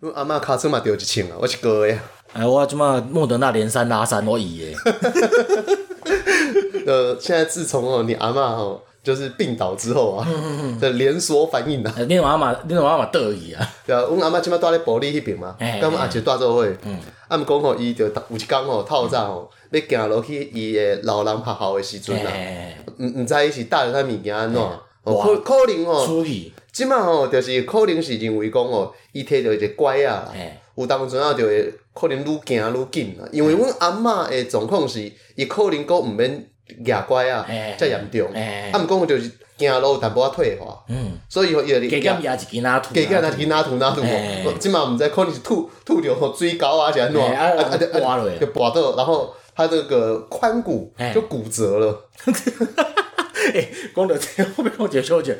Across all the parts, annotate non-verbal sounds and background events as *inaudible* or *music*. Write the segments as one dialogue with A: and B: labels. A: 阮阿嬷尻川嘛着一千啊，我 *laughs* 是高诶，
B: 哎，我即马莫德纳连三拉三，我伊诶，
A: 呃，现在自从哦你阿嬷哦就是病倒之后
B: 嗯
A: 啊，的连锁反应啊，
B: 哎恁妈妈恁妈妈倒伊啊，
A: 对啊，阮阿嬷即摆住咧保利迄边嘛，
B: 嘿嗯
A: 跟阮阿叔住做伙。啊，毋讲吼，伊就有一工吼，透早吼，要行落去伊的老人学校的时阵啊，
B: 哎，
A: 毋毋知伊是搭着啥物件安怎，吼
B: 哇
A: 可可能吼，
B: 出去，
A: 即摆吼，就是可能是认为讲吼，伊摕着一个拐啊
B: 嘿，
A: 有当阵啊，就会可能愈行愈紧啊，因为阮阿嬷的状况是，伊可能阁毋免举拐啊
B: 嘿，
A: 遮严重，
B: 嘿
A: 啊，毋讲就是行路有淡薄仔退化，
B: 嗯，
A: 所以吼伊就
B: 加减也是其他土，
A: 加减若是去哪吐哪吐
B: 嘿
A: 哦，即嘛毋知可能是吐吐着吼水沟啊，是安怎
B: 嘿啊拔落
A: 就跋倒，然后他这个髋骨
B: 嘿
A: 就骨折了，
B: 哎，讲到这，我要讲一个小笑，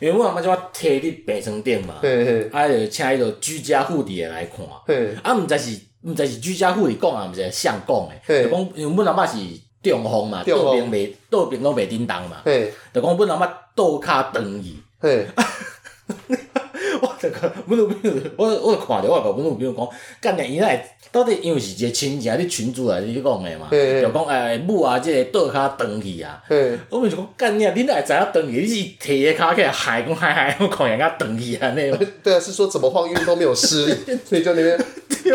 B: 因为阮阿妈即马摕伫病床顶嘛，
A: 嘿嘿
B: 啊，就请迄个居家护理的来看，
A: 嘿，
B: 啊，毋知是毋知是居家护理讲啊，毋知是谁讲
A: 嘿
B: 诶，就讲因为阮阿嬷是中风嘛，
A: 中
B: 倒
A: 风
B: 病袂倒病拢袂叮当嘛，
A: 嘿
B: 就讲阮阿嬷倒骹断去。
A: 嘿，
B: 我就看，阮女朋友，我我就看着，我就甲阮女朋友讲，干娘伊那会到底因为是一个亲戚，你群主来你讲的嘛，
A: 嘿嘿
B: 就讲哎母啊，即个倒骹断去啊。
A: 嘿， *laughs*
B: 我咪就讲干娘，你哪会知影断去？你是摕个骹起来害，讲害害，我看人家断去安尼嘛。
A: 对啊，是说怎么晃运动没有施
B: *laughs*
A: 力，所以就那边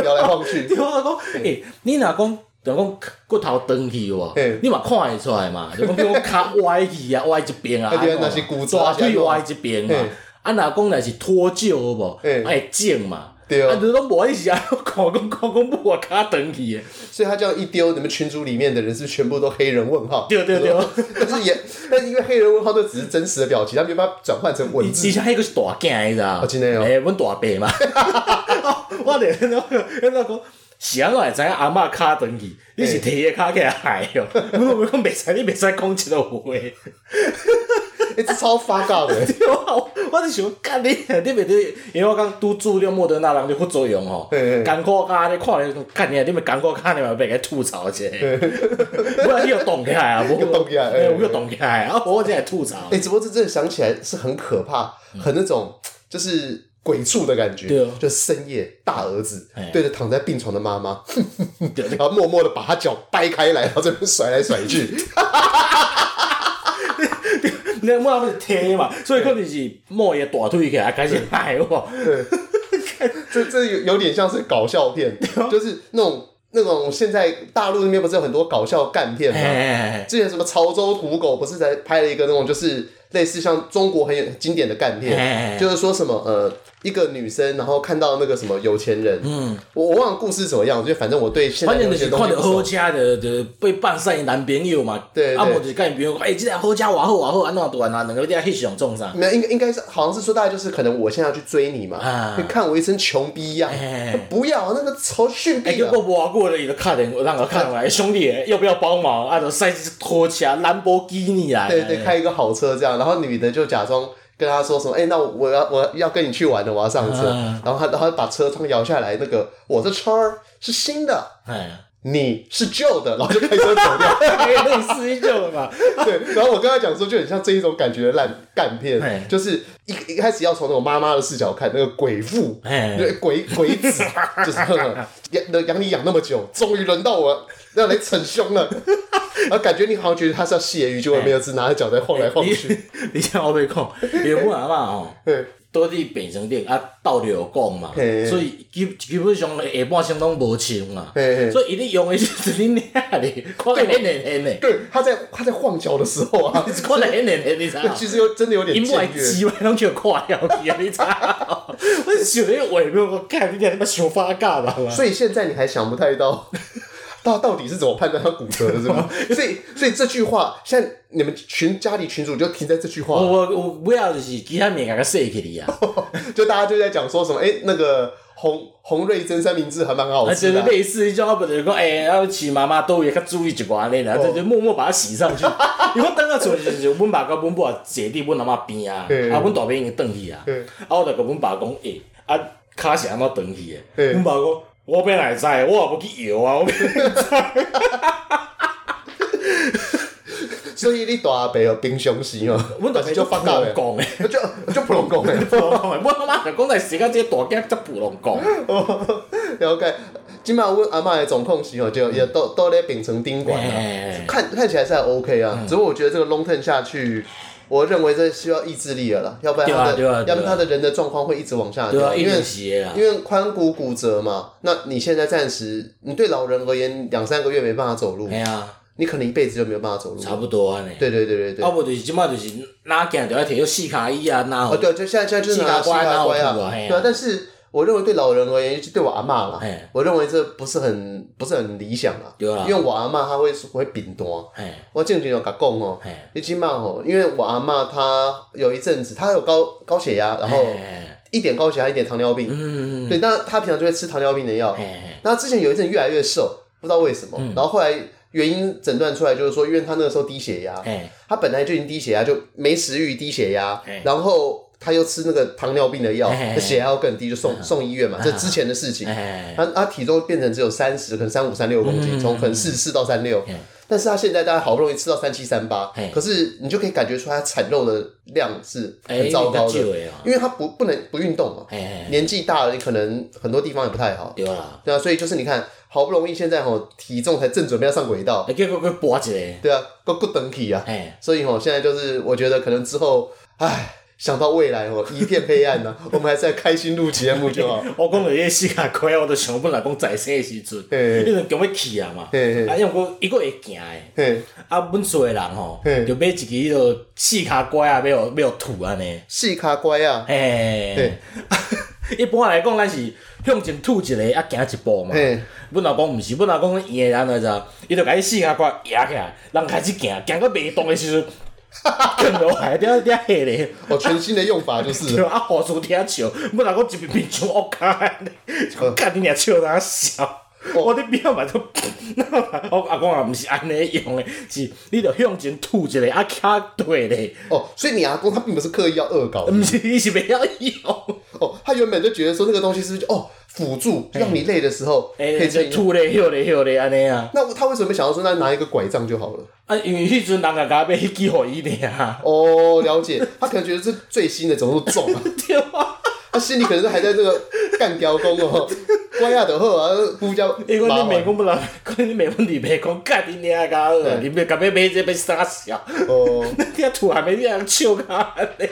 A: 摇来晃去
B: 对，我讲，诶，你若讲。就讲骨头断去哇
A: 嘿，
B: 你嘛看会出来嘛？就讲比如讲骹歪去啊， *laughs* 歪一边啊，
A: 啊对啊
B: 安怎
A: 若是骨折
B: 大腿
A: 是安怎
B: 歪一边嘛
A: 嘿。
B: 啊，若讲若是脱臼无，
A: 嘿
B: 爱肿嘛。
A: 对
B: 啊，
A: 啊，
B: 就拢无意思啊！ *laughs* 我看讲看讲母啊，卡断去的，
A: 所以他这样一丢，你们群组里面的人是不是全部都黑人问号，
B: 对对对，
A: 但是
B: *laughs*
A: 也，但是因为黑人问号这只是真实的表情，他没办法转换成
B: 以
A: 文字
B: 以，前迄个是大囝，你知道吗？
A: 哦真的哦
B: 诶，阮大伯嘛， *laughs* 我咧那个那个讲。是安怎会知影阿嬷骹断去？你是摕个骹起来害哦！ *laughs* 我我讲袂使，你袂使讲即个话。
A: 哎，这超发尬的，
B: *laughs* 对啊，我就想干你，你袂得，因为我讲拄注了莫德纳人就副作用吼，
A: 嘿嘿
B: 艰苦甲你看你干你，你咪艰苦甲你嘛袂该吐槽一下。 *laughs* 不然你要动起来啊，无
A: 要动起来
B: 哎
A: 嘿
B: 我要动起来啊，无我才会吐槽
A: 哎、。只不过这真的想起来是很可怕，很那种就是鬼畜的感觉。
B: 对啊
A: 就深夜大儿子
B: 哎
A: 对着躺在病床的妈妈，
B: *laughs* 对
A: 然后默默的把他脚掰开来，然后这边甩来甩
B: *laughs*
A: 去。
B: 你我阿不是贴嘛，所以可能是摸伊的大腿起来开始拍
A: *laughs*
B: 我。
A: 这这有有点像是搞笑片，
B: 哦
A: 就是那种那种现在大陆那边不是有很多搞笑干片吗？
B: 哎，
A: 之前什么潮州土狗不是才拍了一个那种就是类似像中国很有经典的干片，
B: 哎
A: 就是说什么呃，一个女生然后看到那个什么有钱人，嗯，我我忘了故事怎么样，就反正我对现在
B: 反正
A: 有
B: 就
A: 些
B: 是
A: 东
B: 看
A: 西
B: 到
A: 不熟
B: 好车的，就被扮晒男朋友嘛。
A: 对对
B: 啊，无就是甲伊朋友，哎，即个好车偌好偌好，安怎断啊？两个在翕相撞上。
A: 没有，应该应该是好像是说大概就是可能我现在要去追你嘛，
B: 啊
A: 你看我一身穷逼一样，
B: 哎
A: 不要那个臭逊
B: 哎，
A: 逼
B: 结
A: 啊
B: 果，无过了，伊就敲电话，让我看来，兄弟要不要帮忙？啊，就塞一拖车兰博基尼来。
A: 对对，开一个好车这样，然后女的就假装。跟他说什么？哎、那我要我要跟你去玩了，我要上车。
B: 啊
A: 然后他，然后把车窗摇下来，那个我的车儿是新的，
B: 哎，
A: 你是旧的，然后就开车走掉。
B: 哎类似于就
A: *laughs*
B: 嘛。
A: 对，然后我跟他讲说，就很像这一种感觉的烂干
B: 嘿
A: 片，就是一一开始要从那种妈妈的视角看那个鬼父， *laughs*
B: 哎
A: 对鬼鬼子，就是呵呵养养你养那么久，终于轮到我 *laughs* 要来逞凶了。然后感觉你好像觉得他是要泄欲，结果没有，只拿着脚在晃来晃去。
B: 你你听我咪讲，因为阮阿嬷吼。
A: 对，
B: 倒伫病床顶啊，斗着有讲嘛
A: 嘿，
B: 所以基基本上下半身拢无穿嘛
A: 嘿嘿，
B: 所以伊咧用的就是恁遐咧，
A: *laughs*
B: 看起来黏黏黏的，
A: 对，他在他在晃脚的时候 *laughs* 啊，
B: 看起来黏黏黏，你
A: *laughs*
B: 知影？
A: 其实又真的有点
B: 因为
A: 僭越。
B: 机会拢叫看了去啊，你知影？ *laughs* 我是想迄画面，我看你俩他妈想发尬吧？
A: 所以现在你还想不太到， *laughs* 到到底是怎么判断他骨折的，是吗？ *laughs* 所以所以这句话，现在你们群家里群主就停在这句
B: 我
A: 话，
B: 哦我我尾后就是其他物件甲洗起你啊， *laughs*
A: 就大家就在讲说什么，哎、那个红红瑞珍三明治还蛮好
B: 啊，就
A: 吃
B: 是
A: 的、
B: 类似迄种，啊，不就是讲，哎，要饲妈妈都会较注意一寡安尼啦，就就默默把它洗 *laughs* 上去。因为我等下厝就是阮爸甲阮母坐伫阮阿妈边啊，
A: 嗯
B: 啊，阮大伯已经转去啊，
A: 嗯
B: 啊，我就甲阮爸讲，诶，啊，骹是安怎转去
A: 嗯
B: 诶？阮爸讲，我本来知，我也无去摇 *laughs* 啊，我
A: 所以你大伯有冰熊心哦，
B: 阮大伯
A: 就
B: 就
A: 发
B: 发
A: 到
B: 老
A: 了，
B: 讲诶，
A: 就就普龙公哎，
B: *laughs* 我他妈就讲来时间这大囝则不拢讲，
A: *laughs* 了解。即摆阮阿嬷的总控是哦，就也都都咧秉承
B: *laughs*
A: 丁管啊，
B: 哎，
A: 看看起来是还 OK 啊。
B: 嗯
A: 只不过我觉得这个 long term 下去，我认为这需要意志力了啦，要不然他的，
B: 对啊对啊对啊
A: 要不然他的人的状况会一直往下
B: 对
A: 掉，
B: 啊，一
A: 因为
B: 定。是的啦
A: 因。为髋骨骨折嘛，那你现在暂时，你对老人而言，两三个月没办法走路
B: 哎，呀，
A: 你可能一辈子就没有办法走路。
B: 差不多安尼。
A: 对对对对对。
B: 啊，
A: 哦，
B: 无就是即摆就是哪行就要摕到四卡椅啊，哪有
A: 哦对，就现在现在就是拿
B: 膝盖
A: 膝盖
B: 乖
A: 啊，
B: 然后屁股啊嘿啊
A: 对啊。但是我认为对老人而言，尤其对我阿嬷啦
B: 嘿，
A: 我认为这不是很不是很理想啊。
B: 哎对啊
A: 因为我阿嬷她会会扁多，
B: 嘿，
A: 我之前有甲讲哦，
B: 嘿，
A: 你起码哦，因为我阿嬷她有一阵子她有高高血压，然后
B: 嘿
A: 一点高血压一点糖尿病，
B: 哎嗯，
A: 对，那她平常就会吃糖尿病的药，
B: 嘿嘿，
A: 那之前有一阵越来越瘦，不知道为什么，然后后来原因诊断出来就是说，因为他那个时候低血压，
B: 嘿，
A: 他本来就已经低血压，就没食欲，低血压
B: 嘿，
A: 然后他又吃那个糖尿病的药
B: 嘿嘿，嘿
A: 那血压要更低，就送送医院嘛，这之前的事情。
B: 嘿，
A: 他他体重变成只有三十，可能三五三六公
B: 嗯
A: 斤，从可能四四到三六
B: 嘿，
A: 但是他现在大概好不容易吃到三七三八
B: 嗯嘿，
A: 可是你就可以感觉出他产肉的量是很
B: 哎，
A: 糟糕
B: 你较
A: 的
B: 少，的哦，
A: 因为他不不能不运动嘛，
B: 嘿嘿，
A: 年纪大了，你可能很多地方也不太好，
B: 对啦，
A: 对啊，所以就是你看，好不容易现在吼体重才正准备要上轨道，
B: 啊，结果佫跋一
A: 对啊，够够等体啊
B: 个，，嘿，
A: 所以吼现在就是我觉得可能之后，唉，想到未来吼一片黑暗呢、我们还是在开心录节目就好。
B: 我讲到迄四卡开，我就想本来讲在生的时阵，
A: 嘿
B: 迄阵强要去啊嘛，
A: 嘿嘿
B: 啊，因为讲伊佫会行的。
A: 嘿，
B: 啊，阮厝的人吼，
A: 嘿
B: 就买一支迄落四卡乖啊，要互要互吐安尼。
A: 细卡乖啊，
B: 嘿， *laughs* 一般来讲，咱是向前吐一个，啊，行一步嘛。
A: 嘿
B: 阮老公毋是，阮老公伊的人来着，伊就甲伊四下挂压起来，人开始行，行到袂动的时阵， *laughs* 滚落来，嗲嗲下咧，
A: 哦，全新的用法就是
B: *laughs* 对啊，护士听笑，阮老公一边边像恶卡，干你娘笑哪笑。我伫边仔嘛 *laughs* 都，我阿公也毋是安尼用诶，是你着向前吐一个，啊，卡对咧，
A: 哦，所以你阿公他并不是刻意要恶搞的
B: 毋是伊是袂晓用，
A: 哦，他原本就觉得说那个东西是不是就哦辅助，让你累的时候可
B: 诶，
A: 以这
B: 哎就
A: 样。
B: 吐咧、歇咧、歇咧安尼啊。
A: 那他为什么想要说那拿一个拐杖就好了？
B: 啊，因为迄阵人也甲买迄支互伊
A: *laughs*
B: 尔，
A: 哦，了解，他可能觉得这最新的怎么那么重啊？ *laughs*
B: 对啊，
A: 他心里可能是还在这个干雕工哦，关亚德赫啊，呼叫
B: 伊讲
A: 麻
B: 你美
A: 烦
B: 工不啦，
A: *laughs*
B: 讲你美工你美工，干你娘个啊！你要甲要买这要啥笑？
A: 哦，
B: *laughs* 你啊吐还没你人笑甲安尼。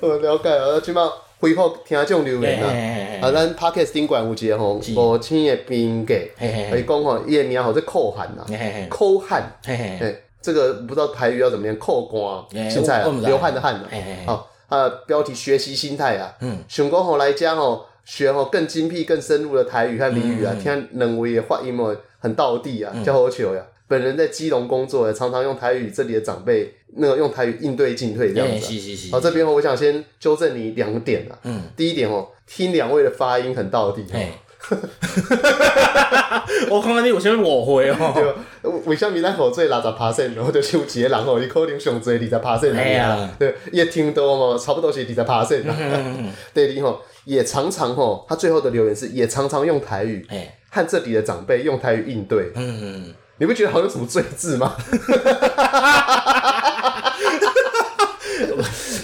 A: 我了解啊，即摆恢复听众留言啊。
B: 哎
A: 啊，咱 podcast 顶管有一个吼五千的评价，
B: 嘿嘿嘿嗯
A: 伊讲吼伊的名吼是寇汉呐
B: 嘿嘿，
A: 寇汉，
B: 嘿嘿嘿，
A: 哎，这个不知道台语要怎么念，寇
B: 嘿
A: 官，现在啊
B: 哎我我不知道哎
A: 流汗的汗呐
B: 嘿嘿嘿，
A: 好，啊，标题学习心态啊，嗯，想讲吼来讲吼学吼更精辟、更深入的台语和俚
B: 嗯
A: 语啊，听两位的发音哦，很道地啊，叫好笑呀。本人在基隆工作，常常用台语与这里的长辈那个用台语应对进退这样
B: 哎
A: 子啊。
B: 是是是
A: 好，，这边哦我想先纠正你两点啊。嗯，第一点哦，听两位的发音很啊到底。 *laughs*
B: 哎，我看看你有啥误会
A: 对
B: 哦？
A: 吧，为什么咱口最六十 percent，然后就是有一个人吼，伊可能上最二十 percent
B: 哎呀嗯
A: 对，伊的听到嘛，差不多是二十 percent *laughs* 啦。第二吼，哦也常常吼，他最后的留言是，也常常用台语
B: 哎，
A: 和这里的长辈用台语应对，
B: 嗯，
A: 你不觉得好像有什么罪字吗？ *laughs*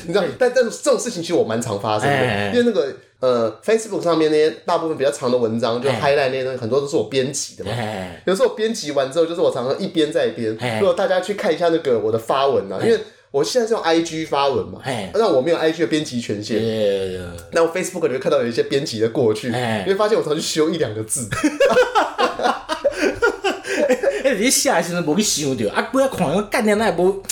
A: 你知道，但但这种事情其实我蛮常发生的，
B: 哎哎哎
A: 因为那个呃，Facebook 上面那些大部分比较长的文章，就
B: 哎
A: highlight 那些东西，很多都是我编辑的嘛。
B: 哎，
A: 有时候编辑完之后，就是我常常一边在编
B: 嘿。
A: 如果大家去看一下那个我的发文啊，因为我现在是用 IG 发文嘛
B: 嘿，
A: 那我没有 IG 的编辑权限。
B: 呃，
A: 那我 Facebook 你会看到有一些编辑的过去，
B: 嘿
A: 你会发现我常去修一两个
B: *laughs*
A: 字。
B: 哎，你写的时阵无去想着，啊，不要看我干你那无，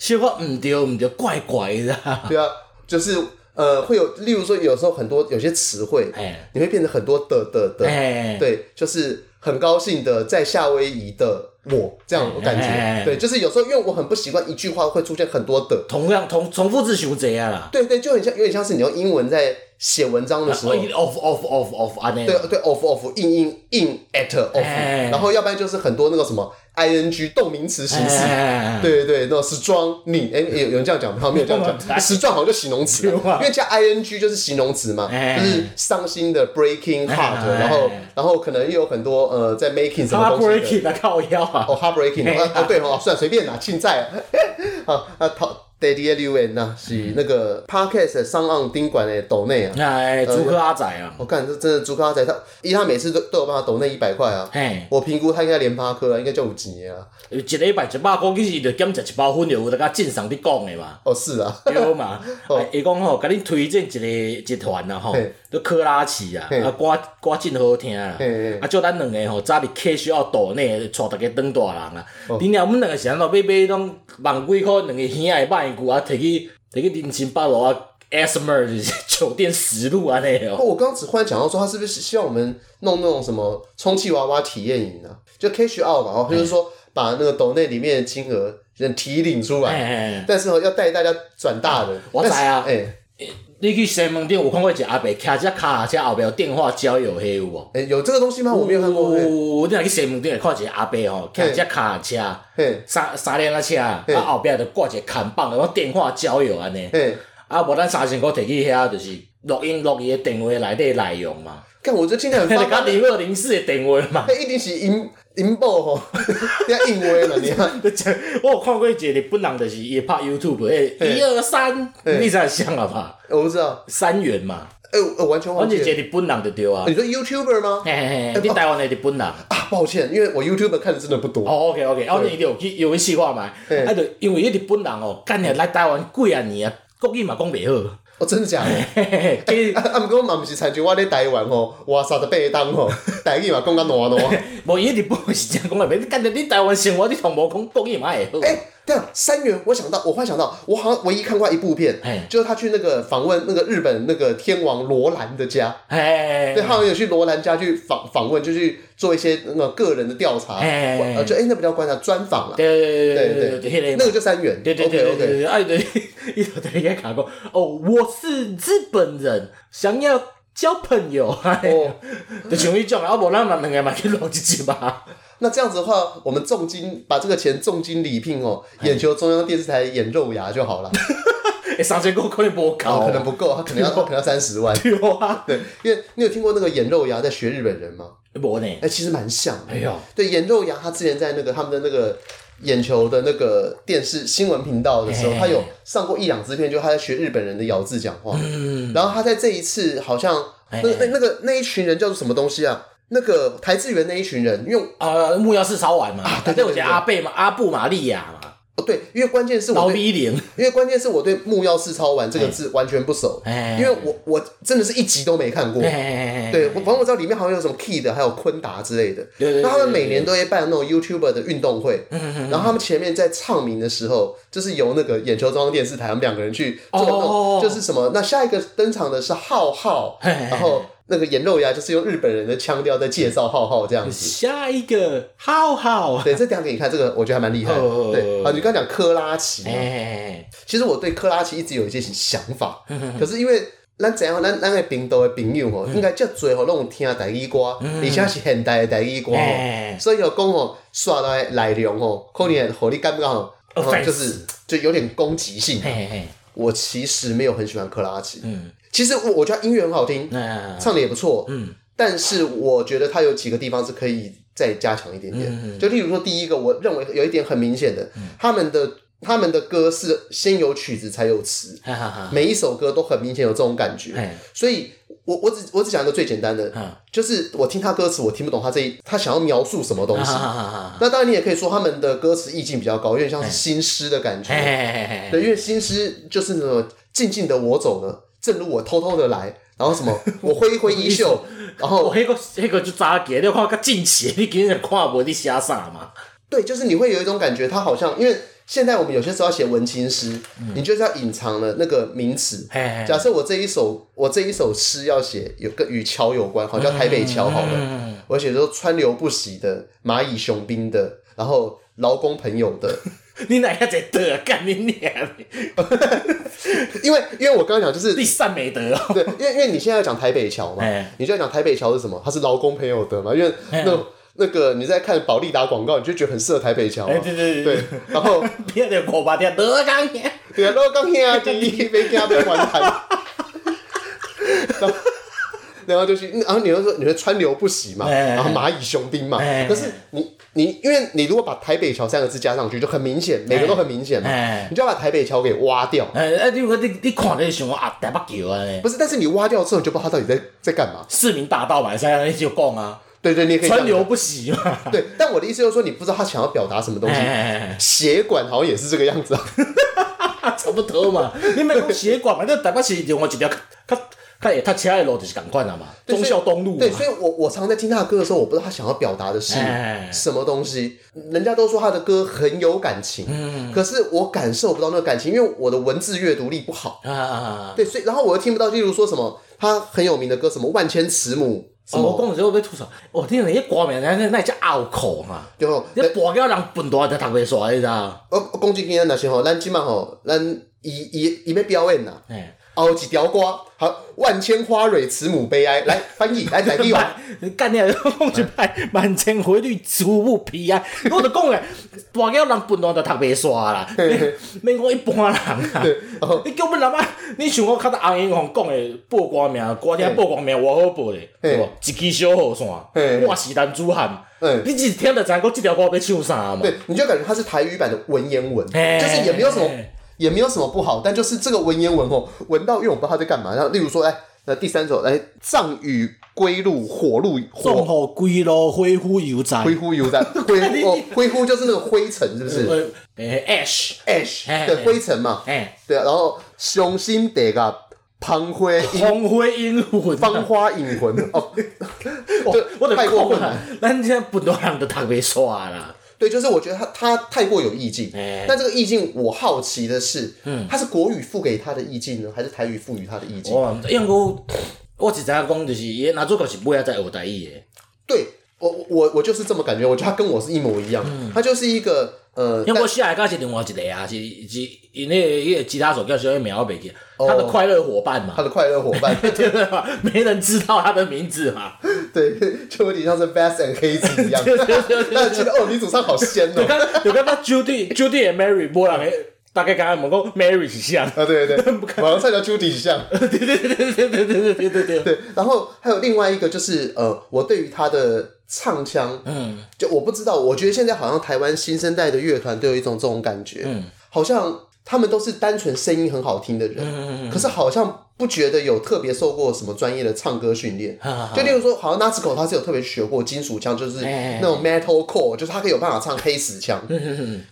B: 小可毋对毋对，怪怪的啊。
A: 对啊，就是呃，会有，例如说有时候很多有些词汇，
B: 哎
A: 你会变成很多的的的，
B: 哎，
A: 对，就是很高兴的在夏威夷的我这样我感
B: 哎
A: 觉，对，就是有时候因为我很不习惯一句话会出现很多的，
B: 同样重重复字伤济啊啦。
A: 对对，就很像有点像是你用英文在写文章的时候
B: 哦。off off off off 安尼。
A: 对哦对，off off 硬硬硬 at off，
B: 哎
A: 然后要不然就是很多那个什么 ing 动名词形式，
B: 哎，
A: 对对对，那种时装你哎有有人这样讲吗？没有这样
B: *laughs*
A: 讲，时装好像就形容词，
B: 对啊
A: 因为加 ing 就是形容词嘛，
B: 哎
A: 就是伤心的 breaking heart，
B: 哎
A: 然后然后可能又有很多呃在 making 什么
B: 他
A: 东西的。哦
B: breaking 啊靠腰啊
A: 哦，heartbreaking，*laughs*
B: 哎
A: 哦，哦对哦，算了随便啦，现在啊，啊，讨第二个留言呐
B: 嗯
A: 是那个 Podcast 上岸宾馆的抖内啊，
B: 哎，朱克阿仔啊，
A: 我哦看这真的朱克阿仔，他因为他每次都都有办法抖那一百块啊。
B: 嘿，
A: 我评估他应该连趴科啊，应该就有钱啊。
B: 一礼拜一百箍，其实伊着减食一包粉就有甲正常伫讲诶嘛，
A: 哦，是啊，
B: *laughs* 对嘛？
A: *laughs* 哦
B: 啊伊讲吼，甲恁推荐一个集团啊吼
A: 嘿，
B: 都科拉奇啊，
A: 嘿
B: 啊歌歌真好听啊
A: 嘿嘿，
B: 啊叫咱两个吼，早伫 K 需要岛内带逐个当大人啊。
A: 哦
B: 恁娘，阮两个是安怎买买拢万几箍，两个兄弟买句啊，摕去摕去林森北路啊 s m e r 就是 *laughs* 酒店实录安尼
A: 哦
B: 哦。
A: 我刚刚只忽然想到说，他是不是希望我们弄那种什么充气娃娃体验营啊？就 cash out 嘛，哦，就是说把那个抖内里面的金额人提领出
B: 嘿
A: 来，
B: 嘿，
A: 但是哦要带大家转大人。
B: 我知啊
A: 但是哎
B: 你去西门町有看过一个阿伯骑只卡车后壁有电话交友迄有无？
A: 哎，有这个东西吗？我没有看
B: 哦
A: 过。嘿
B: 有，你若去西门町会看一个阿伯吼，骑只卡车，
A: 嘿，
B: 三三辆仔车，啊
A: 嘿
B: 后壁就挂一个看板，然后电话交友安尼。
A: 嘿，
B: 啊，无咱三千箍摕去遐，就是录音录伊的电话内底内容
A: *laughs*
B: 嘛，
A: 看我这听起来很
B: *laughs* 迄就甲
A: 棒。
B: 零二零四的电话嘛 *laughs*
A: 那。一定是银银爆吼，你 *laughs* 要硬威了，你看。
B: 我有看过一个日本人，就是伊拍 YouTube，诶，一二三，
A: 嘿
B: 你知影啥啊吧？
A: 我不知道，
B: 三元嘛，
A: 哎、我我完全
B: 反
A: 忘
B: 正
A: 记
B: 一个
A: 了。
B: 日本人就对啊哎
A: 你。说 YouTuber 吗？
B: 嘿
A: 哦
B: 嘿嘿，你台湾的日本人。
A: 啊，抱歉，因为我 YouTuber 看的真的不多。
B: 哦，OK OK，啊，你就有去有去试看卖，
A: 嘿
B: 啊，就因为迄日本人哦，干年来台湾几啊年啊，国语嘛讲袂好，
A: 哦，真的假的？
B: 嘿嘿嘿，
A: 啊，啊，毋过我嘛毋是参照我咧台湾吼，哇三十八档
B: *laughs*
A: 吼，台语嘛讲甲烂烂。
B: 无伊日本是真讲袂歹，干年你台湾生活你同无讲国语嘛会好，
A: 哎、这样三元，我想到，我忽然想到，我好像唯一看过一部片
B: 哎，
A: 就是他去那个访问那个日本那个天王罗兰的家，
B: 嘿
A: 对，，他们有去罗兰家去访访问，就去做一些那个个人的调查，
B: 哎哎哎
A: 呃，就哎、那不叫观察专访啦，
B: 对对对对对，
A: 那
B: 迄个
A: 个
B: 嘛。
A: 就三元。
B: 对对对对
A: OK
B: 对
A: OK，
B: 对，哎对， *laughs* 伊就对伊个讲哦，我是日本人，想要交朋友，
A: 哦，
B: 就像迄种啊，无咱嘛两个嘛去录一集吧。
A: 那这样子的话，我们重金把这个钱重金礼聘哦，眼球中央电视台演肉芽就
B: *laughs*
A: 好了。
B: 哎， *laughs* 三千块可能无
A: 然后
B: 够。
A: 哦可，能不够，他可能要他可能要三十万
B: *laughs* 对啊，
A: 对，因为你有听过那个演肉芽在学日本人吗？
B: 无呢
A: 哎、，其实蛮像的。
B: 哎呦，
A: 对，演肉芽他之前在那个他们的那个眼球的那个电视新闻频道的时候，
B: 哎
A: 他有上过一两支片，就他在学日本人的咬字讲话。
B: 嗯，哎
A: 然后他在这一次好像那那那个那一群人叫做什么东西啊？那个台志源那一群人，因为
B: 呃，木曜四烧完嘛，
A: 啊
B: 反正有一个阿贝嘛，阿布玛利亚嘛，
A: 哦对，因为关键是我
B: 老
A: 对，
B: 逼零，
A: 因为关键是我对木曜四超玩这个字完全不熟，
B: 哎，
A: 因为我我真的是一集都没看过。
B: 哎，
A: 对，我反正我知道里面好像有什么 Key 的，还有昆达之类的。
B: 对对，嗯
A: 那他们每年都会办那种 YouTuber 的运动会，然后他们前面在唱名的时候，就是由那个眼球中央电视台他们两个人去做那
B: 哦
A: 种，就是什么？那下一个登场的是浩浩，
B: 嘿嘿嘿
A: 然后那个眼肉芽就是用日本人的腔调在介绍浩浩这样子。
B: 下一个浩浩，
A: 对，这等一下给你看，这个我觉得还蛮厉害的。
B: 哦
A: 对啊，你刚刚讲科拉奇嘛，
B: 哎，
A: 其实我对克拉奇一直有一些想法，
B: 嗯
A: 可是因为咱知影咱咱的频道的朋友吼，应该较侪吼拢有听台语歌，而且是现代的台语歌吼，
B: 嗯哎，
A: 所以吼讲吼刷来内容吼，可能会互你感觉吼，
B: Offense
A: 嗯就是就有点攻击性。
B: 嘿嘿，
A: 我其实没有很喜欢克拉奇，
B: 嗯，
A: 其实我我觉得音乐很好听，
B: 那
A: 唱的也不错，
B: 嗯，
A: 但是我觉得它有几个地方是可以再加强一点点。
B: 嗯
A: 就例如说，第一个，我认为有一点很明显的，他们的他们的歌是先有曲子才有词，
B: 哈哈哈，
A: 每一首歌都很明显有这种感觉。
B: 哎，
A: 所以我我只我只讲一个最简单的，
B: 嗯
A: 就是我听他歌词，我听不懂他这一他想要描述什么东
B: 哈
A: 西。
B: 哈哈哈，
A: 那当然，你也可以说他们的歌词意境比较高，有点
B: 哎
A: 像是新诗的感觉。
B: 嘿嘿嘿嘿，
A: 对，因为新诗就是那种静静的我走了，正如我偷偷的来，然后什
B: *laughs*
A: 么我挥一挥衣袖，然后
B: 我迄个迄个就早起，你有看较近期，你今日看无你写啥嘛？
A: 对，就是你会有一种感觉，它好像因为现在我们有些时候要写文青诗，
B: 嗯
A: 你就是要隐藏了那个名词。
B: 嘿嘿，
A: 假设我这一首我这一首诗要写有跟与桥有关，好像台北桥好了，
B: 嗯，
A: 我写说川流不息的蚂蚁雄兵的，然后劳工朋友的，
B: 你哪下在得干你娘？
A: 因为因为我刚刚讲
B: *laughs*
A: 就是
B: 你善美德哦，
A: 对，因为因为你现在要讲台北桥嘛
B: 哎，
A: 你就要讲台北桥是什么？它是劳工朋友的嘛，因为那那个你在看保利达广告，你就觉得很适合台北桥嘛啊
B: 哎，。对对
A: 对，然后
B: 别的五百条得干你。
A: 对啊，然后刚听啊，第一被惊被还台。然后然后就去，然后你会说你会川流不息嘛，
B: 哎
A: 然后蚂蚁雄兵嘛。
B: 哎
A: 可是你你因为你如果把台北桥三个字加上去，就很明显，每个都很明显嘛。
B: 哎
A: 你就要把台北桥给挖掉，
B: 哎，啊，你有你你看着就想讲啊，台北桥啊，
A: 不是？但是你挖掉之后，你就不知道他到底在在干嘛。
B: 市民大道嘛，现在就讲啊，
A: 对对，你也可以这样
B: 川
A: 讲
B: 流不息嘛，
A: 对，但我的意思就是说，你不知道他想要表达什么东
B: 哎
A: 西。
B: 哎，哎
A: 血管好像也是这个样子啊。
B: 啊，差不多嘛。你莫讲血管嘛，你台北市另外一条较较较会塞车的路就是共款啊嘛，
A: 对
B: 忠
A: 所以
B: 孝东路嘛
A: 对，。所以我我常在听他的歌的时候，我不知道他想要表达的是
B: 哎
A: 什么东西。人家都说他的歌很有感情，可是我感受不到那个感情，因为我的文字阅读力不好。
B: 啊啊啊！
A: 对，所以然后我又听不到，例如说什么他很有名的歌，什么《万千慈母》什
B: 哦，
A: 么，
B: 我讲的时候要吐槽，我听人家歌名，那那叫拗口嘛，
A: 然后
B: 你跋到人笨蛋就读袂煞，你知道？
A: 呃，龚俊天那些吼，咱今晚吼，咱伊伊伊要表演呐，
B: 哎，
A: 后一条歌，好，万千花蕊慈母悲哀，来翻译，来台地王，
B: 你哎干你啊！讲一摆
A: 哎
B: 满城回绿祖母皮啊！我就讲诶，跋到人笨蛋就读袂煞啦，免讲一般人啊。
A: 哦
B: 你叫本人啊！你想我较早红英红讲的报歌名，歌听报歌名我好报的，对无？一支小雨
A: 嘿
B: 伞，我是男子汉
A: 嘿。
B: 你一听就知影讲即条歌要唱啥嘛？
A: 对，你就感觉它是台语版的文言文，
B: 哎
A: 就是也没有什么
B: 哎
A: 也没有什么不好，但就是这个文言文哦，闻到因为我不知道他在干嘛。然后例如说，哎，那第三首，哎，藏语归路火路
B: 送
A: 火
B: 互归路恢复悠哉。
A: 灰呼油
B: *laughs*
A: 在灰
B: 你
A: 呼哦灰呼就是那个灰尘是不是
B: 呃，诶，Ash，
A: ？ash
B: 哎
A: 对灰尘嘛，
B: 诶，
A: 对啊。然后雄心得个旁灰
B: *laughs*
A: 阴
B: 红灰英魂。
A: 芳花引魂
B: *laughs*
A: 哦，
B: 哦
A: 对
B: 我就
A: 太过
B: 讲
A: 困
B: 啦
A: 难。，
B: 咱这本多人都读袂煞啦。
A: 对，就是我觉得他他太过有意境
B: 哎，
A: 但这个意境我好奇的是，他是国语赋给他的意境呢，还是台语赋予他的意境？
B: 我哦因为我我只知影讲就是伊男主角是尾仔才学台语的，
A: 对我我我就是这么感觉，我觉得他跟我是一模一样，他就是一个呃，
B: 因为
A: 但
B: 我写的个是另外一个啊，是是因为迄个吉他手叫什么啊名我袂记，他的快乐伙伴
A: 他
B: 嘛，
A: 的快乐伙伴，
B: *laughs* 对吧？没人知道他的名字嘛。
A: 对，就有点像是 Bass and Hazy
B: *laughs*
A: 一样。那觉得哦，女主唱好仙
B: 有
A: 哦，
B: 刚有刚刚 Judy Judy 的 Mary 无人会大概刚刚问讲 Mary 是啥？
A: 啊，对对对，马上菜叫 Judy 像。
B: 对对 *laughs* 对对对对对对对对。
A: 对，然后还有另外一个就是呃，我对于他的唱腔，
B: 嗯，
A: 就我不知道，我觉得现在好像台湾新生代的乐团都有一种这种感觉，嗯，好像他们都是单纯声音很好听的人，嗯可是好像不觉得有特别受过什么专业的唱歌训练，
B: 啊
A: 就例如说，好像 n a s c o 他是有特别学过金属腔，就是
B: 哎
A: 那种 metal core，就是他可以有办法唱黑死腔，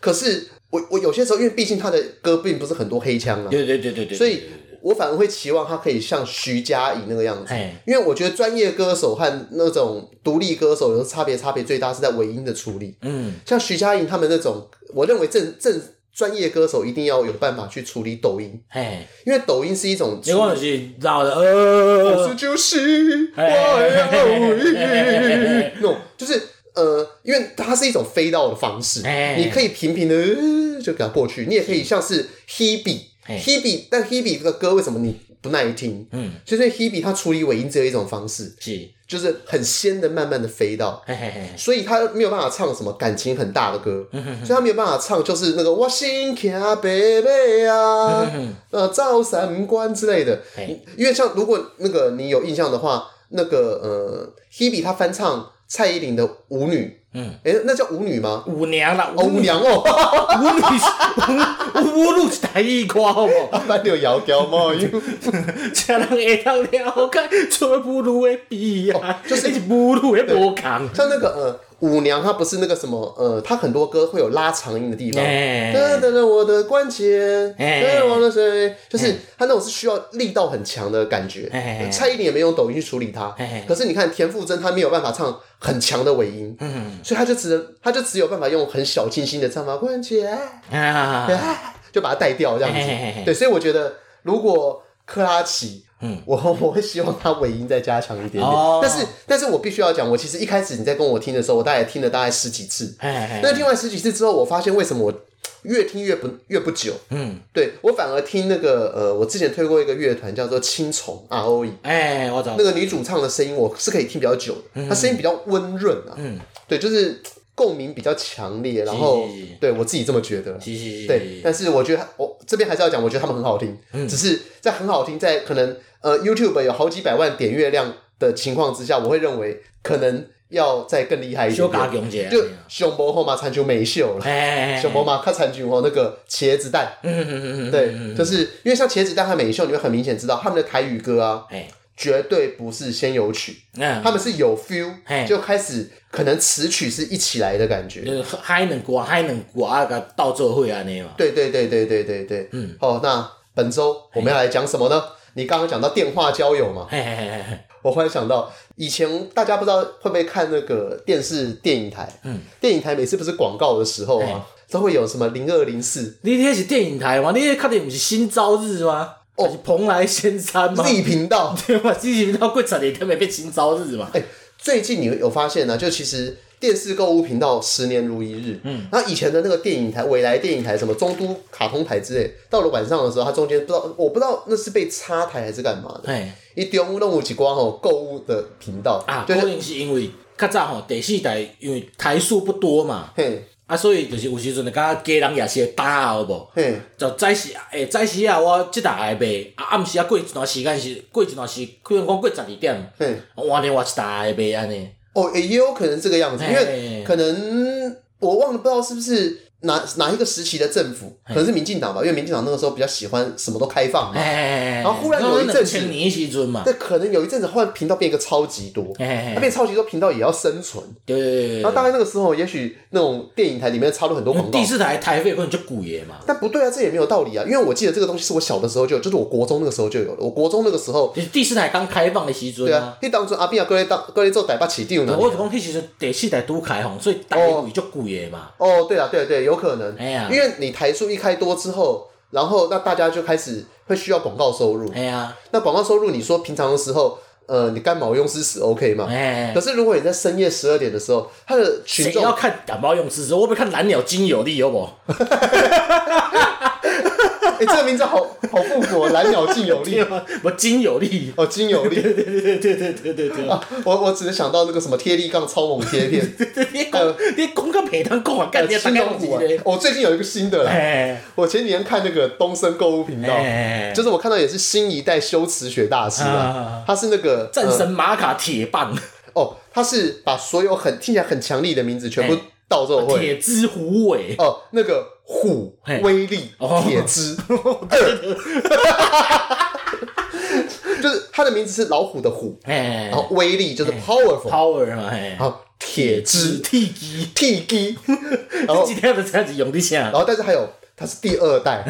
A: 可是我我有些时候，因为毕竟他的歌并不是很多黑腔啊，
B: 对对对对对，
A: 所以我反而会期望他可以像徐佳莹那个样子
B: 哎，
A: 因为我觉得专业歌手和那种独立歌手有时候差别差别最大是在尾音的处理。
B: 嗯，
A: 像徐佳莹他们那种，我认为正正专业歌手一定要有办法去处理抖音，
B: 哎，
A: 因为抖音是一种
B: 结果就是老的呃
A: 我，是就是我
B: 哎
A: 要
B: 哎
A: 赢，那种就是呃，因为它是一种飞到的方式
B: 哎，
A: 你可以平平的呃就给它过去，你也可以像是 Hebe
B: 哎
A: Hebe，但 Hebe 这个歌为什么你不耐听？嗯，就是因为 Hebe 它处理尾音只有一种方式，
B: 是，
A: 就是很仙的慢慢的飞到。
B: 嘿嘿嘿。
A: 所以他没有办法唱什么感情很大的歌，所以他没有办法唱就是那个我心卡贝贝啊，呃，照三观之类的
B: 嘿。
A: 因为像如果那个你有印象的话，那个呃，Hebe 他翻唱蔡依林的《舞女》，嗯，哎，那叫舞女吗？
B: 舞娘啦，
A: 哦，舞娘哦， *laughs*
B: 舞女是舞舞女是台语歌好无？
A: 翻掉摇雕嘛，因为
B: 这人会当了解做舞女的比
A: 哦
B: 啊，就是舞女的无共。
A: 像那个呃，舞娘她不是那个什么呃，她很多歌会有拉长音的地方，
B: 哎
A: 等，等等，我的关节，
B: 哎
A: 等我的谁，就是他那种是需要力道很强的感觉
B: 哎。
A: 蔡依林也没用抖音去处理它
B: 哎，
A: 可是你看田馥甄，她没有办法唱很强的尾音，
B: 嗯
A: 所以她就只能，她就只有办法用很小清新的唱法，关节，
B: 啊，
A: 啊就把它带掉这样
B: 哎哎哎
A: 子。对，所以我觉得如果克拉奇。
B: 嗯
A: 我我会希望他尾音再加强一点点，
B: 哦
A: 但是但是我必须要讲，我其实一开始你在跟我听的时候，我大概听了大概十几次，
B: 哎
A: 那听完十几次之后，我发现为什么我越听越不越不久？
B: 嗯，
A: 对我反而听那个呃，我之前推过一个乐团叫做青虫 R O E，
B: 哎，我知道
A: 那，个女主唱的声音我是可以听比较久的，
B: 嗯
A: 她声音比较温润啊，嗯，对，就是共鸣比较强烈，然后
B: 是是
A: 对我自己这么觉得啦。
B: 是是
A: 对，
B: 是，
A: 但是我觉得她我这边还是要讲，
B: 嗯
A: 我觉得他们很好听，只是在很好听，在可能呃 YouTube 有好几百万点阅量的情况之下，我会认为可能要再更厉害一点
B: 小加
A: 点。
B: 强者，
A: 就熊博后嘛，残球没秀了。
B: 哎，
A: 熊博嘛，看残球哦，那个茄子蛋，
B: 嗯嗯嗯嗯，
A: 对，就是因为像茄子蛋和美秀，你会很明显知道他们的台语歌啊，
B: 哎，
A: 绝对不是先有曲，
B: 那
A: 他们是有 feel，
B: 嗯嘿
A: 就开始可能词曲是一起来的感觉。
B: 就是嗨两歌，嗨两歌啊，甲斗做伙安尼嘛。
A: 对对对对对对对，
B: 嗯，
A: 好，那本周我们要来讲什么呢？你刚刚讲到电话交友嘛，
B: 嘿嘿嘿嘿，
A: 我忽然想到，以前大家不知道会不会看那个电视电影台，
B: 嗯，
A: 电影台每次不是广告的时候啊，都会有什么零二零四
B: 你迄是电影台吗？你迄确定毋是新朝日吗？
A: 哦
B: 哦，是蓬莱仙山吗？
A: Z 频道，
B: *laughs* 对嘛，之前到过十年，特别变新朝日嘛。
A: 哎、最近你有发现呢、就其实电视购物频道十年如一日，嗯，那以前的那个电影台、未来电影台、什么中都卡通台之类，到了晚上的时候，它中间不知道，我不知道那是被插台还是干嘛的。
B: 嘿，
A: 一中午弄有一光吼购物的频道
B: 啊，
A: 就
B: 可
A: 是
B: 能是因为较早吼第四台，因为台数不多嘛，
A: 嘿
B: 啊，所以就是有时阵感觉家人也是会打有无？
A: 嘿
B: 就早时，诶、早时啊，我即台会卖，啊，暗时啊，过一段时间是过一段时，可能讲过十二点，
A: 嘿，
B: 换另外一台会卖安尼。
A: 哦，也也有可能是这个样子，因为
B: 嘿
A: 可能我忘了，不知道是不是哪哪一个时期的政府，可能是民进党吧，因为民进党那个时候比较喜欢什么都开放嘛，
B: 哎哎，
A: 然后忽然有一阵子
B: 两千年的时阵嘛，
A: 这可能有一阵子忽然频道变一个超级多，
B: 哎
A: 它变超级多频道也要生存，
B: 对对对对
A: 然后
B: 对
A: 大概那个时候，也许那种电影台里面插入很多
B: 因
A: 广
B: 为
A: 告
B: 第。四台台费可能就贵的嘛，
A: 但不对啊，这也没有道理啊，因为我记得这个东西是我小的时候就有，就是我国中那个时候就有了。我国中那个时候，
B: 就是第四台刚开放的时
A: 对
B: 阵啊
A: 啊，。你当初阿斌啊，各位当各位做台北市长呢？
B: 我是讲迄时阵第四台拄开放，所以台费就贵的嘛。
A: 哦，对啊，对啊对啊，有可能，
B: 哎呀
A: 因为你台数一开多之后，然后那大家就开始会需要广告收入。
B: 哎呀，
A: 那广告收入，你说平常的时候，呃，你干毛用是死 OK 嘛？
B: 哎
A: 可，是如果你在深夜十二点的时候，它的群
B: 谁
A: 众
B: 要看感冒用词？我不看蓝鸟金有力，有无？
A: 哎、这个名字好好复古，哦蓝鸟尽
B: *laughs*
A: 有力
B: 我金有力。
A: *laughs* 哦，金有力
B: 对对对对对对对对。
A: 啊！我我只是想到那个什么贴力杠超猛贴片，
B: 你讲你讲个平常讲啊， *laughs* 干你
A: 呃
B: 大
A: 青
B: 概
A: 龙
B: 有几
A: 虎啊
B: 个？
A: 我、最近有一个新的啦，
B: 哎
A: 我前几天看那个东森购物频道，
B: 哎，
A: 就是我看到也是新一代修辞学大师啊
B: 啊，
A: 他是那个
B: 战
A: 呃
B: 神马卡铁棒、
A: 哦，他是把所有很听起来很强力的名字全部
B: 哎
A: 倒咒会。
B: 铁之虎尾，
A: 哦，那个虎
B: 嘿
A: 威力
B: 哦
A: 铁之
B: *laughs*
A: 二，就是他的名字是老虎的虎，
B: 哎
A: 然后威力就是 powerful，
B: ，power 嘛，哎
A: 然，后铁之
B: 铁机，
A: T G，然
B: 你
A: 后
B: 今天的车子用的啥
A: 然？后但是还有他是第二
B: *laughs*
A: 代。